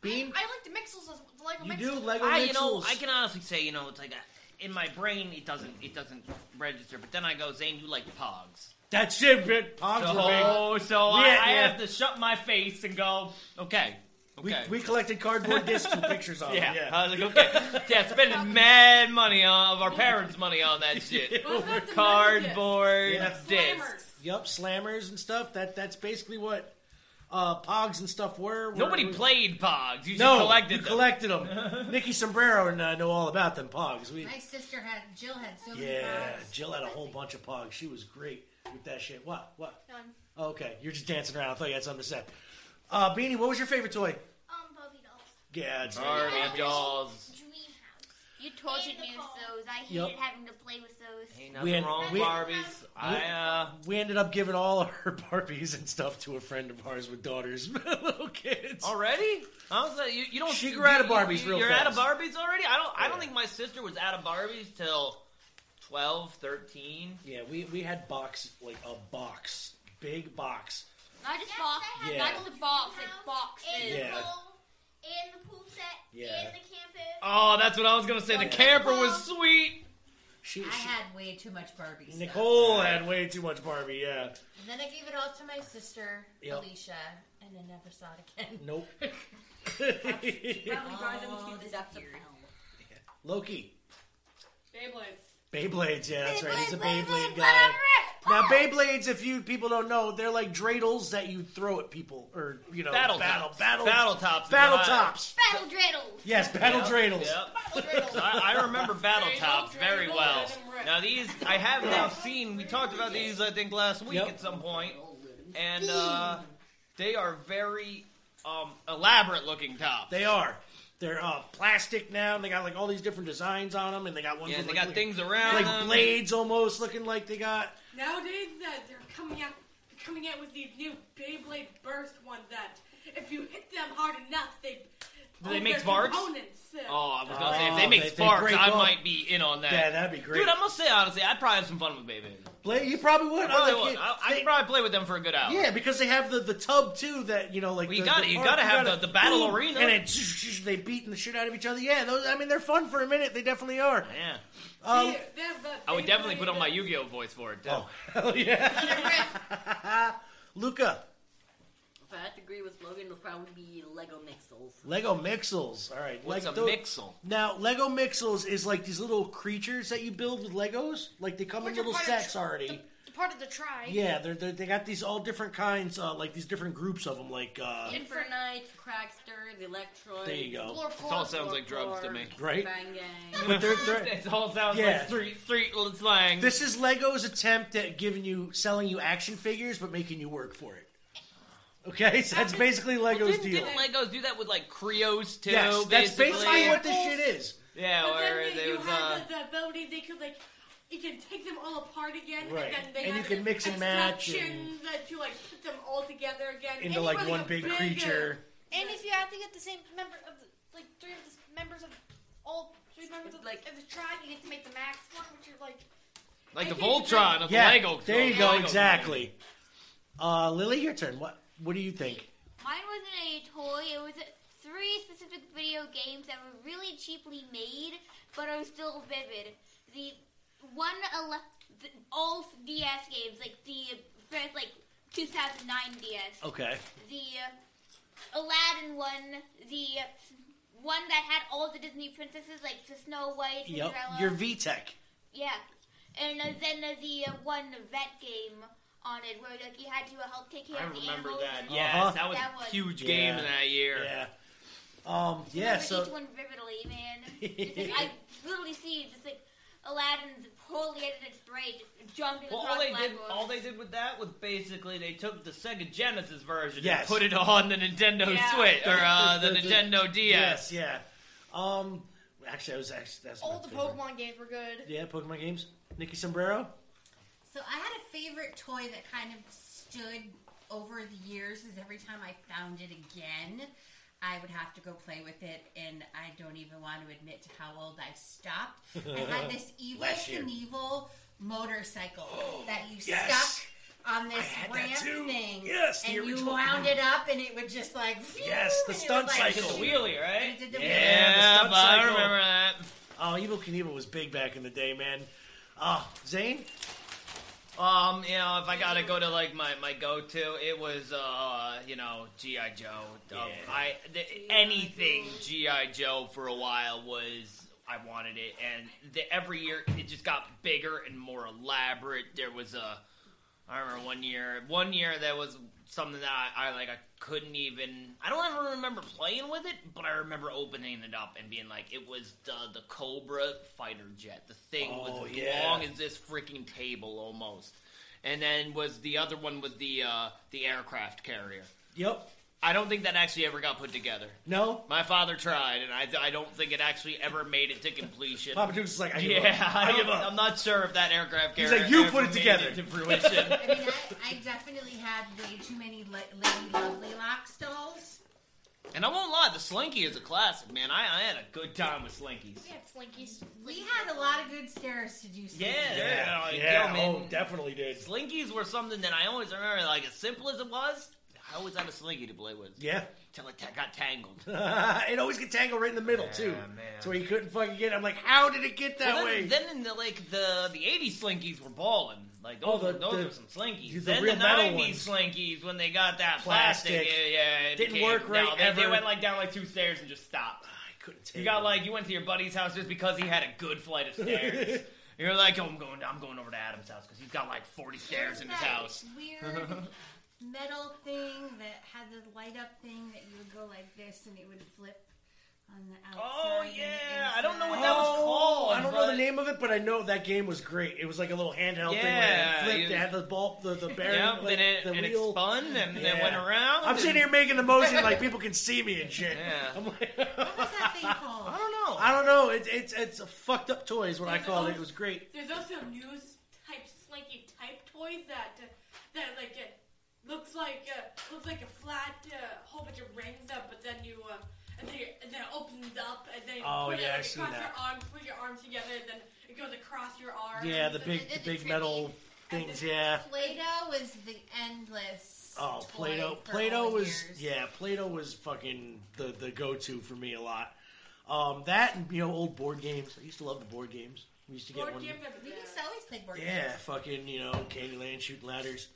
Speaker 1: Bean,
Speaker 15: I like the Mixels as the Lego
Speaker 1: You
Speaker 15: Mixels.
Speaker 1: do Lego
Speaker 2: I, you know,
Speaker 1: Mixels.
Speaker 2: I can honestly say, you know, it's like a, in my brain, it doesn't, it doesn't register. But then I go, Zane, you like Pogs.
Speaker 1: that's it, big Pogs
Speaker 2: so,
Speaker 1: are big.
Speaker 2: so I,
Speaker 1: Yeah,
Speaker 2: I
Speaker 1: yeah.
Speaker 2: have to shut my face and go, okay, okay.
Speaker 1: We collected cardboard discs with pictures on
Speaker 2: yeah.
Speaker 1: them. Yeah,
Speaker 2: I was like, okay, yeah, spending mad money on, of our parents' money on that shit. Cardboard discs.
Speaker 1: Yep, slammers and stuff. That that's basically what uh, Pogs and stuff were. were-
Speaker 2: Nobody
Speaker 1: were-
Speaker 2: played Pogs. You
Speaker 1: no,
Speaker 2: just collected
Speaker 1: you
Speaker 2: them.
Speaker 1: collected them. Nikki Sombrero and I know all about them Pogs. We
Speaker 14: My sister had Jill had so many
Speaker 1: yeah,
Speaker 14: pogs.
Speaker 1: Jill had a whole bunch of Pogs. She was great with that shit. What what? Oh,
Speaker 15: None.
Speaker 1: Okay, you're just dancing around. I thought you had something to say. Uh, Beanie, what was your favorite toy?
Speaker 15: Um, Barbie dolls.
Speaker 1: Yeah, it's
Speaker 2: Barbie
Speaker 15: I had a Dream
Speaker 2: dolls.
Speaker 15: house.
Speaker 3: You tortured me with those. I hated
Speaker 1: Yep.
Speaker 3: having to play with those.
Speaker 2: Ain't nothing wrong with
Speaker 1: we-
Speaker 2: Barbies. I, uh,
Speaker 1: we ended up giving all her Barbies and stuff to a friend of ours with daughters. little kids.
Speaker 2: Already? I was like, you, you don't.
Speaker 1: She
Speaker 2: you-
Speaker 1: grew out of
Speaker 2: you-
Speaker 1: Barbies
Speaker 2: you,
Speaker 1: real
Speaker 2: You're out of
Speaker 1: fast.
Speaker 2: Barbies already? I don't. I don't think my sister was out of Barbies till 12, 13.
Speaker 1: Yeah, we, we had box, like oh, a box. Big box.
Speaker 3: Not just box.
Speaker 1: had Yeah.
Speaker 3: Not just a box. Like boxes.
Speaker 15: And the
Speaker 1: Yeah.
Speaker 15: pool, and the pool set,
Speaker 1: Yeah.
Speaker 15: and the camper.
Speaker 2: Oh, that's what I was gonna say. The camper was sweet.
Speaker 1: She,
Speaker 14: I had way too much Barbie stuff.
Speaker 1: Nicole had way too much Barbie, yeah.
Speaker 14: And then I gave it all to my sister,
Speaker 1: Yep.
Speaker 14: Alicia, and I never saw it again.
Speaker 1: Nope.
Speaker 10: Probably brought them
Speaker 14: Oh,
Speaker 10: to the depths of hell.
Speaker 1: Loki.
Speaker 8: Beyblades.
Speaker 1: Beyblades, yeah, that's right. He's a Beyblade guy. Now, Beyblades, if you people don't know, they're like dreidels that you throw at people, or you know,
Speaker 2: Battle
Speaker 1: battle,
Speaker 2: tops.
Speaker 1: battle,
Speaker 2: Battle tops.
Speaker 1: battle
Speaker 2: Yeah.
Speaker 1: tops.
Speaker 3: Battle dreidels.
Speaker 1: Yes, battle
Speaker 2: Yep,
Speaker 1: dreidels.
Speaker 2: yep. I, I remember battle tops very well. Now these I have now seen. We talked about these I think last week at some point, and uh, they are very um, elaborate looking tops.
Speaker 1: They are. They're uh, plastic now, and they got like all these different designs on them, and they got ones.
Speaker 2: Yeah,
Speaker 1: with,
Speaker 2: they
Speaker 1: like,
Speaker 2: got things around
Speaker 1: like
Speaker 2: them.
Speaker 1: blades, almost looking like they got.
Speaker 8: Nowadays, uh, they're coming out, they're coming out with these new Beyblade Burst ones that, if you hit them hard enough, they
Speaker 2: Do they
Speaker 8: all
Speaker 2: make
Speaker 8: their
Speaker 2: sparks?
Speaker 8: Oh, components, uh,
Speaker 2: Oh, I was gonna say if
Speaker 1: Oh,
Speaker 2: they make
Speaker 1: they- they
Speaker 2: sparks,
Speaker 1: break
Speaker 2: I
Speaker 1: off.
Speaker 2: might be in on that.
Speaker 1: Yeah, that'd be great.
Speaker 2: Dude, I must say honestly, I'd probably have some fun with Beyblade.
Speaker 1: Blade, you probably
Speaker 2: I
Speaker 1: would.
Speaker 2: probably
Speaker 1: like
Speaker 2: would.
Speaker 1: it.
Speaker 2: I, I could probably play with them for a good hour.
Speaker 1: Yeah, because they have the, the tub too. That you know, like
Speaker 2: Well, you
Speaker 1: the-
Speaker 2: gotta-
Speaker 1: the
Speaker 2: you
Speaker 1: part-
Speaker 2: gotta have the- the battle
Speaker 1: boom,
Speaker 2: arena.
Speaker 1: and it's they beating the shit out of each other. Yeah, those. I mean, they're fun for a minute. They definitely are.
Speaker 2: Yeah,
Speaker 1: um,
Speaker 2: I would definitely put on my Yu-Gi-Oh voice for it. Too. Oh
Speaker 1: hell yeah, Luca.
Speaker 10: If I had to agree with Logan, it'll probably be Lego Mixels.
Speaker 1: Lego Mixels. All right.
Speaker 2: What's
Speaker 1: like
Speaker 2: a
Speaker 1: tho-
Speaker 2: Mixel?
Speaker 1: Now, Lego Mixels is like these little creatures that you build with Legos. Like they come
Speaker 5: Which
Speaker 1: in
Speaker 5: are
Speaker 1: little
Speaker 5: part of
Speaker 1: sets
Speaker 5: tr-
Speaker 1: already.
Speaker 5: The part of the tribe.
Speaker 1: yeah, they're, they're, they got these all different kinds, uh, like these different groups of them, like uh,
Speaker 10: Infernites, Crackster, the Electroid.
Speaker 1: There you go.
Speaker 10: Glorp,
Speaker 1: This
Speaker 2: all
Speaker 10: glorp,
Speaker 2: sounds like
Speaker 10: glorp,
Speaker 2: drugs to
Speaker 10: glorp,
Speaker 2: me.
Speaker 1: Right?
Speaker 10: Bang gang.
Speaker 1: But they're- they're-
Speaker 2: it all sounds
Speaker 1: Yeah.
Speaker 2: like street street slang.
Speaker 1: this is Lego's attempt at giving you selling you action figures, but making you work for it. Okay, so that's basically Lego's
Speaker 2: Didn't,
Speaker 1: deal.
Speaker 2: didn't Legos do that with like Creos too?
Speaker 1: yes, that's basically what this shit is.
Speaker 2: Yeah,
Speaker 8: But
Speaker 2: where
Speaker 8: then
Speaker 2: they
Speaker 8: you
Speaker 2: was uh,
Speaker 8: have the, the ability they could like you can take them all apart again,
Speaker 1: Right.
Speaker 8: and then they
Speaker 1: And you
Speaker 8: have
Speaker 1: can mix and match and-
Speaker 8: instructions that you like put them all together again
Speaker 1: into
Speaker 8: it's
Speaker 1: like
Speaker 8: really
Speaker 1: one
Speaker 8: a
Speaker 1: big
Speaker 8: big, uh,
Speaker 1: creature.
Speaker 5: And if you have to get the same member of the, like three of the s- members of all three members of, like, of the tribe, you get to make the max one, which are like
Speaker 2: like the
Speaker 5: I think it's like-
Speaker 2: Voltron of
Speaker 1: yeah,
Speaker 2: the Lego.
Speaker 1: there you
Speaker 2: the
Speaker 1: go,
Speaker 2: Lego
Speaker 1: exactly. Uh, Lily, your turn. What What do you think?
Speaker 3: Mine wasn't a toy. It was a- three specific video games that were really cheaply made, but are still vivid. The one ele- the, all DS games, like the first, like 2009 DS.
Speaker 1: Okay.
Speaker 3: The uh, Aladdin one. The one that had all the Disney princesses, like the Snow White,
Speaker 1: Yep,
Speaker 3: Cinderella.
Speaker 1: your VTech.
Speaker 3: Yeah, and uh, then uh, the uh, one vet game on it where like you had to uh, help take care
Speaker 2: I
Speaker 3: of the
Speaker 2: remember
Speaker 3: animals.
Speaker 2: that.
Speaker 3: and-
Speaker 2: Yes, that was
Speaker 3: That
Speaker 2: a
Speaker 3: was-
Speaker 2: huge
Speaker 1: Uh-huh. Yeah.
Speaker 2: game in that year.
Speaker 1: Yeah. Um. Yeah.
Speaker 3: remember
Speaker 1: So.
Speaker 3: each one vividly, man. It's like, I literally see just like Aladdin's poorly edited spray just jumped
Speaker 2: Well,
Speaker 3: across
Speaker 2: all they did,
Speaker 3: blackboard.
Speaker 2: all they did with that was basically they took the Sega Genesis version
Speaker 1: Yes.
Speaker 2: and put it on the Nintendo
Speaker 1: Yeah.
Speaker 2: Switch or uh, the, Nintendo
Speaker 1: Yes.
Speaker 2: DS.
Speaker 1: Yeah. Um. Actually, I was actually that's my
Speaker 5: all the
Speaker 1: favorite.
Speaker 5: Pokemon games were good.
Speaker 1: Yeah, Pokemon games. Nikki Sombrero.
Speaker 14: So I had a favorite toy that kind of stood over the years is every time I found it again, I would have to go play with it and I don't even want to admit to how old I've stopped. I had this evil
Speaker 9: Last year.
Speaker 14: Knievel motorcycle that you
Speaker 9: yes.
Speaker 14: stuck on this
Speaker 9: had that
Speaker 14: ramp
Speaker 9: too.
Speaker 14: thing.
Speaker 9: Yes, the
Speaker 14: and you
Speaker 9: original-
Speaker 14: wound it up and it would just like
Speaker 1: Yes, the
Speaker 14: and it
Speaker 1: stunt
Speaker 14: would,
Speaker 1: cycle.
Speaker 14: shoot.
Speaker 1: The
Speaker 2: wheelie, right?
Speaker 14: And it did the
Speaker 1: Yeah,
Speaker 14: wheelie.
Speaker 1: the stunt
Speaker 2: but I
Speaker 1: cycle.
Speaker 2: remember that.
Speaker 1: Oh, Evil Knievel was big back in the day, man. Uh, Zane?
Speaker 2: Um, you know, if I gotta go to like my, my go to, it was uh, you know, GI Joe. Um, I th- anything GI Joe for a while was I wanted it, and the, every year it just got bigger and more elaborate. There was a, I remember one year, one year there was something that I, I like I couldn't even. I don't ever remember playing with it, but I remember opening it up and being like, it was the the Cobra fighter jet. The thing
Speaker 1: Oh,
Speaker 2: was as
Speaker 1: yeah.
Speaker 2: long as this freaking table almost. And then was the other one was the uh, the aircraft carrier.
Speaker 1: Yep.
Speaker 2: I don't think that actually ever got put together.
Speaker 1: No?
Speaker 2: My father tried, and I, I don't think it actually ever made it to completion.
Speaker 1: Papa Duke's is like, I give
Speaker 2: yeah,
Speaker 1: up. I
Speaker 2: I
Speaker 1: give
Speaker 2: don't- I'm not sure if that aircraft
Speaker 1: He's
Speaker 2: carrier.
Speaker 1: like, "You put
Speaker 2: ever
Speaker 1: it
Speaker 2: made
Speaker 1: together."
Speaker 2: to fruition.
Speaker 14: I mean, I, I definitely had way too many La- Lady Lovely Locks dolls.
Speaker 2: and I won't lie, the Slinky is a classic, man. I, I had a good time with Slinkies.
Speaker 14: We had Slinkies. We had a lot of good stairs to do. Slinkies.
Speaker 2: Yeah,
Speaker 1: Yeah,
Speaker 2: yeah,
Speaker 1: yeah,
Speaker 2: yo, man.
Speaker 1: oh, definitely did.
Speaker 2: Slinkies were something that I always remember, like as simple as it was, I always had a Slinky to play with.
Speaker 1: Yeah.
Speaker 2: Till it ta- got tangled.
Speaker 1: it always get tangled right in the middle too. So he couldn't fucking get. It. I'm like, how did it get that
Speaker 2: Well, then,
Speaker 1: way?
Speaker 2: Then in the like the the eighties slinkies were balling. Like
Speaker 1: Oh, the-
Speaker 2: those, were, those
Speaker 1: the-
Speaker 2: were some slinkies.
Speaker 1: the
Speaker 2: then
Speaker 1: real
Speaker 2: the
Speaker 1: metal
Speaker 2: nineties slinkies when they got that plastic,
Speaker 1: Plastic.
Speaker 2: yeah, yeah, it
Speaker 1: Didn't
Speaker 2: became-
Speaker 1: work right
Speaker 2: No, they, they
Speaker 1: ever. Ah,
Speaker 2: went like down like two stairs and just stopped. I
Speaker 1: couldn't.
Speaker 2: you got like you went to your buddy's house just because he had a good flight of stairs. You're like, oh, I'm going, I'm going over to Adam's house because he's got like forty stairs in his
Speaker 14: That
Speaker 2: house.
Speaker 14: Weird metal thing that had the light up thing that you would go like this and it would flip on the outside.
Speaker 2: Oh,
Speaker 14: and the
Speaker 2: yeah, I don't know what that was
Speaker 1: Oh,
Speaker 2: called,
Speaker 1: I don't know the
Speaker 2: but-
Speaker 1: name of it, but I know that game was great. It was like a little handheld
Speaker 2: Yeah,
Speaker 1: thing where it flipped.
Speaker 2: you-
Speaker 1: It had the ball, the, the bearing,
Speaker 2: Yep,
Speaker 1: like,
Speaker 2: and it,
Speaker 1: the
Speaker 2: and it
Speaker 1: wheel.
Speaker 2: spun and then
Speaker 1: Yeah.
Speaker 2: went around.
Speaker 1: I'm
Speaker 2: and-
Speaker 1: sitting here making the motion like people can see me and shit.
Speaker 2: Yeah.
Speaker 1: I'm like,
Speaker 14: I
Speaker 2: don't know.
Speaker 1: I don't know. It's it's it's a fucked up toy is what I call it. It was great.
Speaker 8: There's also news type slinky type toys that uh, that like uh, looks like uh, looks like a flat uh, whole bunch of rings up, but then you uh, and then you- and then it opens up and then you
Speaker 1: Oh,
Speaker 8: put
Speaker 1: yeah,
Speaker 8: it
Speaker 1: I've
Speaker 8: like,
Speaker 1: seen
Speaker 8: across
Speaker 1: that.
Speaker 8: your arms, put your arms together, and then it goes across your arms.
Speaker 1: Yeah, the
Speaker 8: and
Speaker 1: big
Speaker 8: then
Speaker 1: the
Speaker 8: it's
Speaker 1: big
Speaker 8: tricky.
Speaker 1: metal things. Yeah.
Speaker 14: Play-Doh was the endless.
Speaker 1: Oh,
Speaker 14: toy
Speaker 1: Play-Doh.
Speaker 14: for
Speaker 1: Play-Doh
Speaker 14: all
Speaker 1: was
Speaker 14: years.
Speaker 1: yeah, Play-Doh was fucking the the go-to for me a lot. Um, that and you know old board games. I used to love the board games. We used to get one.
Speaker 14: We used to always play board
Speaker 1: Yeah,
Speaker 14: games.
Speaker 1: fucking you know Candyland shooting ladders.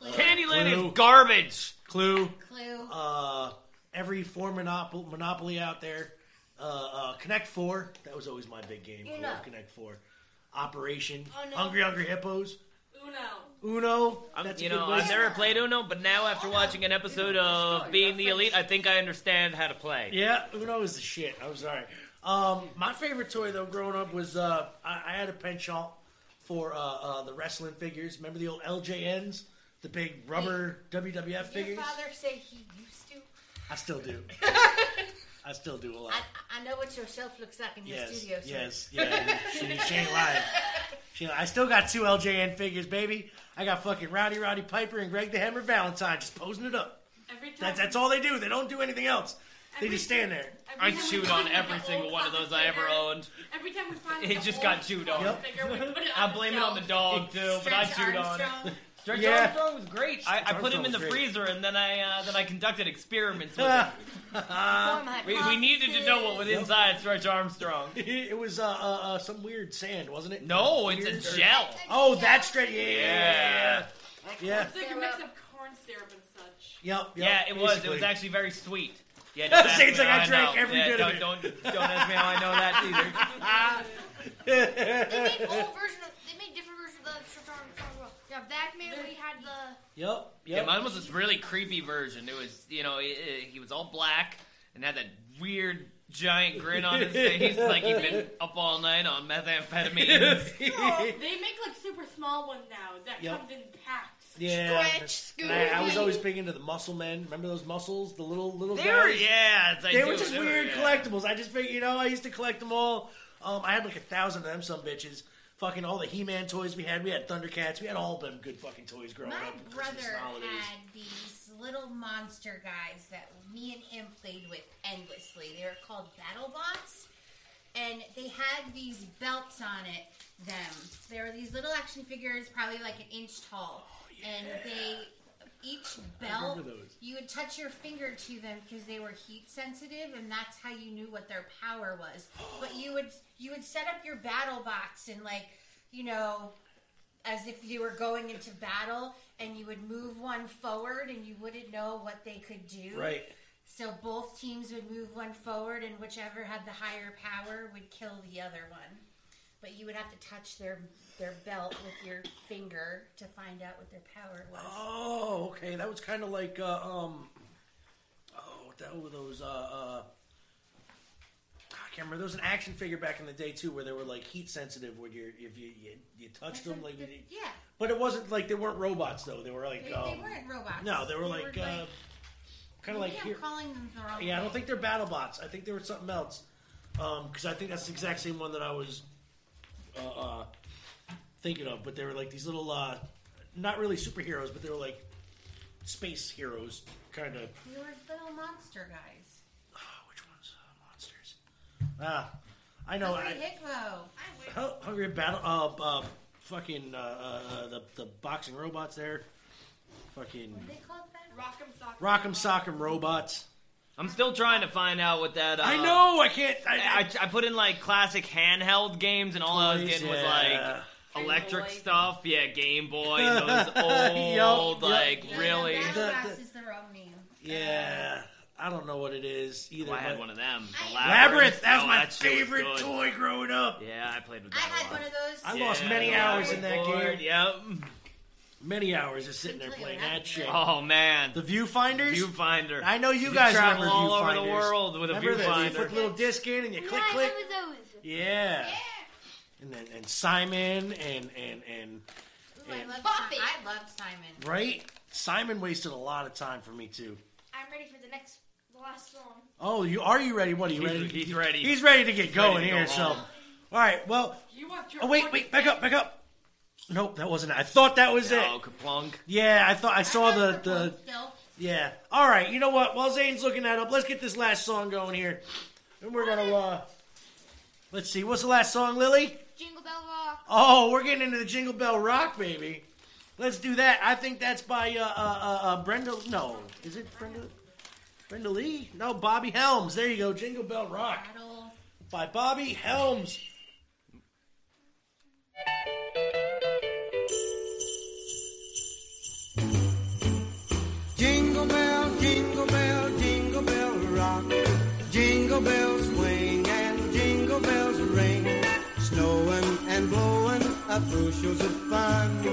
Speaker 2: Candyland is
Speaker 1: garbage. Clue.
Speaker 14: Clue.
Speaker 1: Uh, every form monop- monopoly out there. Uh, uh, Connect Four. That was always my big game. I
Speaker 8: Uno.
Speaker 1: love Connect Four. Operation.
Speaker 8: Oh, no.
Speaker 1: Hungry Hungry Hippos.
Speaker 8: Uno.
Speaker 1: Uno.
Speaker 2: I'm,
Speaker 1: That's a
Speaker 2: you
Speaker 1: good
Speaker 2: know,
Speaker 1: way-
Speaker 2: I've never played Uno, but now after watching an episode of Being the Elite, I think I understand how to play.
Speaker 1: Yeah, Uno is the shit. I'm sorry. Um, my favorite toy though, growing up, was uh, I, I had a penchant for uh, uh, the wrestling figures. Remember the old LJNs, the big rubber WWF
Speaker 14: Did
Speaker 1: figures?
Speaker 14: your father say he used to?
Speaker 1: I still do. I still do a lot.
Speaker 14: I, I know what your shelf looks like in your
Speaker 1: yes,
Speaker 14: studio. sir.
Speaker 1: yes, yeah. She, she ain't lying. She, I still got two LJN figures, baby. I got fucking Rowdy Roddy Piper and Greg the Hammer Valentine just posing it up.
Speaker 8: Every time.
Speaker 1: That's, that's all they do. They don't do anything else. They
Speaker 8: Every-
Speaker 1: just stand there.
Speaker 8: every time we find, like, an old
Speaker 2: one of those I ever owned.
Speaker 8: Every time we find
Speaker 2: It
Speaker 8: like,
Speaker 2: just
Speaker 8: an
Speaker 2: got
Speaker 8: old
Speaker 2: chewed
Speaker 8: closet
Speaker 2: on.
Speaker 8: figure, we put it
Speaker 2: I
Speaker 8: the
Speaker 2: blame it on the dog
Speaker 8: shelf.
Speaker 2: too, but I chewed on it. Stretch
Speaker 1: Yeah.
Speaker 2: Armstrong was great. I, I
Speaker 1: Stretch
Speaker 2: put him in the
Speaker 1: Armstrong was great.
Speaker 2: freezer and then I uh, then I conducted experiments with him. we, we needed to know what was
Speaker 1: Yep.
Speaker 2: inside Stretch Armstrong.
Speaker 1: it was uh, uh, uh, some weird sand, wasn't it?
Speaker 2: No, it's a
Speaker 1: Weird- or-
Speaker 2: gel.
Speaker 1: Oh, that's straight. Yeah, yeah.
Speaker 2: Yeah.
Speaker 1: yeah.
Speaker 8: It's like a mix of corn syrup and such.
Speaker 1: Yep, yep,
Speaker 2: yeah, it was. It was
Speaker 1: basically.
Speaker 2: actually very sweet. Yeah,
Speaker 1: That
Speaker 2: don't ask
Speaker 1: seems
Speaker 2: me
Speaker 1: like
Speaker 2: how
Speaker 1: I drank
Speaker 2: know.
Speaker 1: every
Speaker 2: yeah,
Speaker 1: bit of
Speaker 2: don't, it. Don't, don't ask me how I know that either.
Speaker 15: They made old version of, they made different versions of the Stretch Armstrong as well. Yeah, Batman, we had the
Speaker 1: Yep.
Speaker 2: Yeah, mine was this really creepy version. It was, you know, he, he was all black and had that weird giant grin on his face, like he'd been up all night on methamphetamine.
Speaker 8: they make like super small one now that
Speaker 1: Yep.
Speaker 8: comes in packs.
Speaker 1: Yeah,
Speaker 8: Stretch,
Speaker 1: I-
Speaker 8: scoot.
Speaker 1: I, was always big into the muscle men. Remember those muscles, the little little
Speaker 2: They
Speaker 1: guys?
Speaker 2: were- yeah, it's- I
Speaker 1: they
Speaker 2: do,
Speaker 1: were just
Speaker 2: they were,
Speaker 1: weird
Speaker 2: yeah.
Speaker 1: collectibles. I just figured, you know, I used to collect them all. Um, I had like a thousand of them, some bitches. Fucking all the He-Man toys we had. We had Thundercats. We had all them good fucking toys growing
Speaker 14: My
Speaker 1: up. for Christmas
Speaker 14: brother
Speaker 1: and holidays.
Speaker 14: had these little monster guys that me and him played with endlessly. They were called Battle Bots, and they had these belts on it. Them, they were these little action figures, probably like an inch tall, and they each
Speaker 1: Oh, I
Speaker 14: belt
Speaker 1: remember those.
Speaker 14: you would touch your finger to them because they were heat sensitive, and that's how you knew what their power was. But you would you would set up your battle box and like you know as if you were going into battle and you would move one forward and you wouldn't know what they could do.
Speaker 1: Right.
Speaker 14: So both teams would move one forward and whichever had the higher power would kill the other one. But you would have to touch their their belt with your finger to find out what their power was.
Speaker 1: Oh, okay. That was kind of like uh, um, oh, what the hell were those? Uh, uh, I can't remember. There was an action figure back in the day too, where they were like heat sensitive, where you if you you, you touched them, like you-
Speaker 14: Yeah.
Speaker 1: But it wasn't like they weren't robots though. They were like
Speaker 14: They,
Speaker 1: um,
Speaker 14: they weren't robots.
Speaker 1: No, they were like, uh, Kind of like
Speaker 14: Maybe I'm
Speaker 1: here.
Speaker 14: calling them the wrong
Speaker 1: Yeah, I don't
Speaker 14: thing.
Speaker 1: think they're battle bots. I think they were something else. Because I think that's the exact same one that I was uh, uh, thinking of. But they were like these little, uh, not really superheroes, but they were like space heroes, kind of.
Speaker 14: We were little monster guys.
Speaker 1: Which ones? Uh, monsters. Ah, I know.
Speaker 14: Hungry
Speaker 1: I,
Speaker 14: Hippo.
Speaker 1: Hu- Hungry Battle. Uh, uh, fucking uh, uh, the the boxing robots there. Fucking
Speaker 14: They called that
Speaker 16: Rock'em Sock'em.
Speaker 1: Rock'em Sock'em robots.
Speaker 2: I'm still trying to find out what that. Uh,
Speaker 1: I know. I can't.
Speaker 2: I, I, put in like classic handheld games, and all I was
Speaker 1: Toys,
Speaker 2: getting was
Speaker 1: yeah.
Speaker 2: like electric stuff. Yeah, Game Boy, those old,
Speaker 1: Yup, yup.
Speaker 2: like really.
Speaker 14: Battlegrass is the wrong name.
Speaker 1: Yeah, I don't know what it is either.
Speaker 2: Well, I had
Speaker 1: but-
Speaker 2: one of them. The
Speaker 1: Labyrinth.
Speaker 2: Labyrinth.
Speaker 1: That was
Speaker 2: Oh,
Speaker 1: my
Speaker 2: that shit was
Speaker 1: favorite
Speaker 2: good.
Speaker 1: toy growing up.
Speaker 2: Yeah, I played with
Speaker 14: I
Speaker 2: that.
Speaker 14: had one of those.
Speaker 1: I lost
Speaker 2: Yeah,
Speaker 1: many
Speaker 2: the
Speaker 1: hours in that
Speaker 2: Labyrinth board,
Speaker 1: game.
Speaker 2: Yep.
Speaker 1: Many hours just sitting there playing that shit.
Speaker 2: Oh man,
Speaker 1: the viewfinders.
Speaker 2: Viewfinder.
Speaker 1: I know you
Speaker 2: You
Speaker 1: guys
Speaker 2: travel
Speaker 1: remember
Speaker 2: all over
Speaker 1: viewfinders.
Speaker 2: the world with a
Speaker 1: Remember that? You
Speaker 2: viewfinder.
Speaker 1: put the little disc in and you click,
Speaker 3: I
Speaker 1: click.
Speaker 3: remember those.
Speaker 1: Yeah. And then and Simon and and and
Speaker 14: Ooh, I
Speaker 1: and
Speaker 14: love Simon. I love Simon.
Speaker 1: right. Simon wasted a lot of time for me too.
Speaker 5: I'm ready for the next, the last song.
Speaker 1: Oh, you are you ready? What are you
Speaker 2: He's-
Speaker 1: ready?
Speaker 2: he's ready.
Speaker 1: He's ready to get
Speaker 2: He's ready
Speaker 1: going
Speaker 2: to go
Speaker 1: here. so, all
Speaker 2: home.
Speaker 1: right. Well,
Speaker 16: You want your
Speaker 1: oh wait, wait, back up, back up. Nope, that wasn't it. I thought that was it.
Speaker 2: Oh, kaplunk.
Speaker 1: Yeah, I thought I saw the the. Yeah. All right. You know what? While Zane's looking that up, let's get this last song going here, and we're gonna uh. Let's see. What's the last song, Lily?
Speaker 3: Jingle Bell Rock.
Speaker 1: Oh, we're getting into the Jingle Bell Rock, baby. Let's do that. I think that's by uh, uh, uh, uh, Brenda. No, is it Brenda? Brenda Lee? No, Bobby Helms. There you go. Jingle Bell Rock
Speaker 14: Battle.
Speaker 1: by Bobby Helms.
Speaker 17: Jingle bell, jingle bell, jingle bell rock. Jingle bells swing and jingle bells ring. Snowing and blowing up bushels of fun.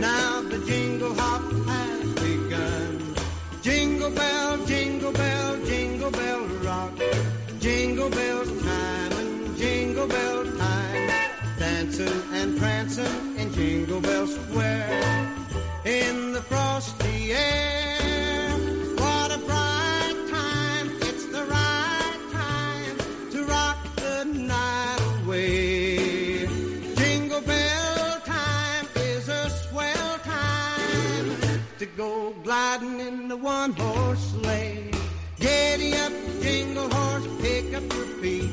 Speaker 17: Now the jingle hop has begun. Jingle bell, jingle bell, jingle bell rock. Jingle bell time and jingle bell time. Dancing and prancing in Jingle Bell Square in the frosty air. What a bright time, it's the right time to rock the night away. Jingle bell time is a swell time to go gliding in the one horse sleigh. Giddy up, jingle horse, pick up your feet.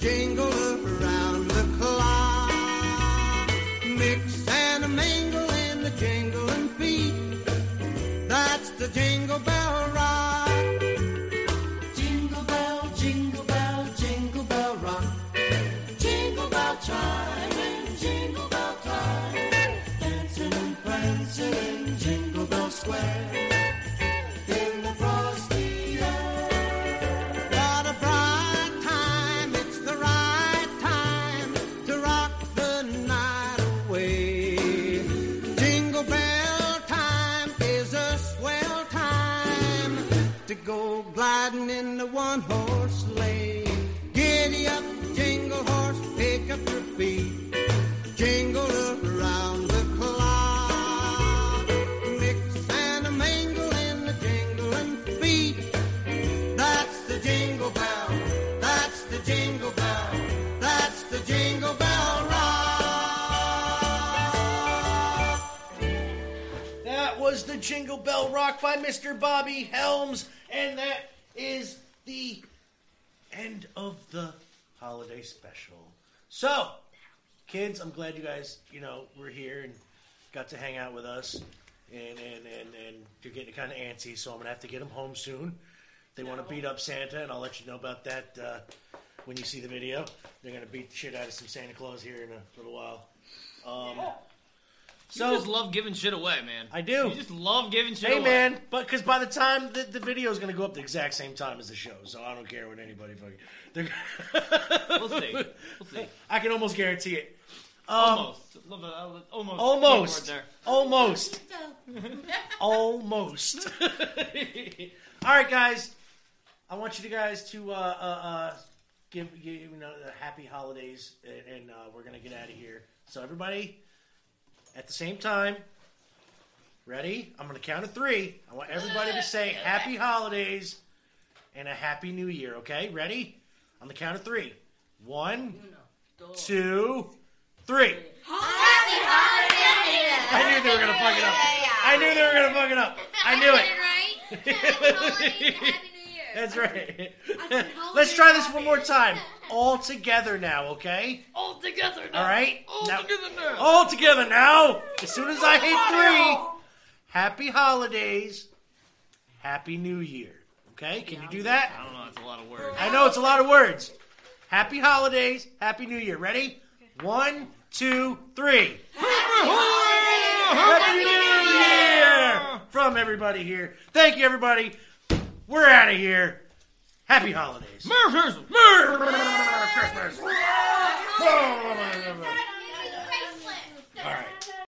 Speaker 17: Jingle around the clock. Mix and a mingle in the jingling feet. That's the jingle bell rock. Jingle bell, jingle bell, jingle bell rock. Jingle bell chime and jingle bell time. Dancing and prancing in Jingle Bell Square. In the frosty air. What a bright time, it's the right time to rock the night away. Jingle bell time is a swell time to go gliding in the one horse sleigh. Giddy up, jingle horse, pick up your feet. Jingle around the clock. Mix and a mingle in the jingling feet. That's the jingle bell. That's the jingle bell. That's the jingle bell rock.
Speaker 1: That was the Jingle Bell Rock by Mr. Bobby Helms, and that is the end of the holiday special. So, kids, I'm glad you guys, you know, were here and got to hang out with us. And and and and you're getting kind of antsy, so I'm gonna have to get them home soon. They want to beat up Santa, and I'll let you know about that uh, when you see the video. They're gonna beat the shit out of some Santa Claus here in a little while. Um,
Speaker 2: So, you just love giving shit away, man.
Speaker 1: I do.
Speaker 2: You just love giving shit
Speaker 1: Hey
Speaker 2: away.
Speaker 1: man, but because by the time the, the video is going to go up the exact same time as the show, so I don't care what anybody fucking. They're...
Speaker 2: We'll see. We'll see.
Speaker 1: I can almost guarantee it. Um,
Speaker 2: Almost. Love that- I love- Almost.
Speaker 1: Almost.
Speaker 2: Keyword
Speaker 1: Almost. Almost. All right, guys. I want you to guys to uh, uh, uh, give give, you know the happy holidays, and, and uh, we're gonna get out of here. So everybody, at the same time, Ready? I'm going to count to three. I want everybody to say happy holidays and a happy new year, okay? Ready? On the count of three. One, two, three. I knew they were going to fuck it up. I knew they were going to fuck it up. I knew it. That's right. Let's try this one more time. All together now, okay?
Speaker 2: All together now.
Speaker 1: All right? Oh,
Speaker 2: All
Speaker 1: Now-
Speaker 2: together now.
Speaker 1: All together now. As soon as I hit three, happy holidays, happy new year. Okay? Can you do that?
Speaker 2: I don't know. It's a lot of words.
Speaker 1: I know it's a lot of words. Happy holidays, happy new year. Ready? One, two, three. oh, Happy New Year from everybody here. Thank you, everybody. We're out of here. Happy holidays. Merry Christmas. Merry Christmas. All right.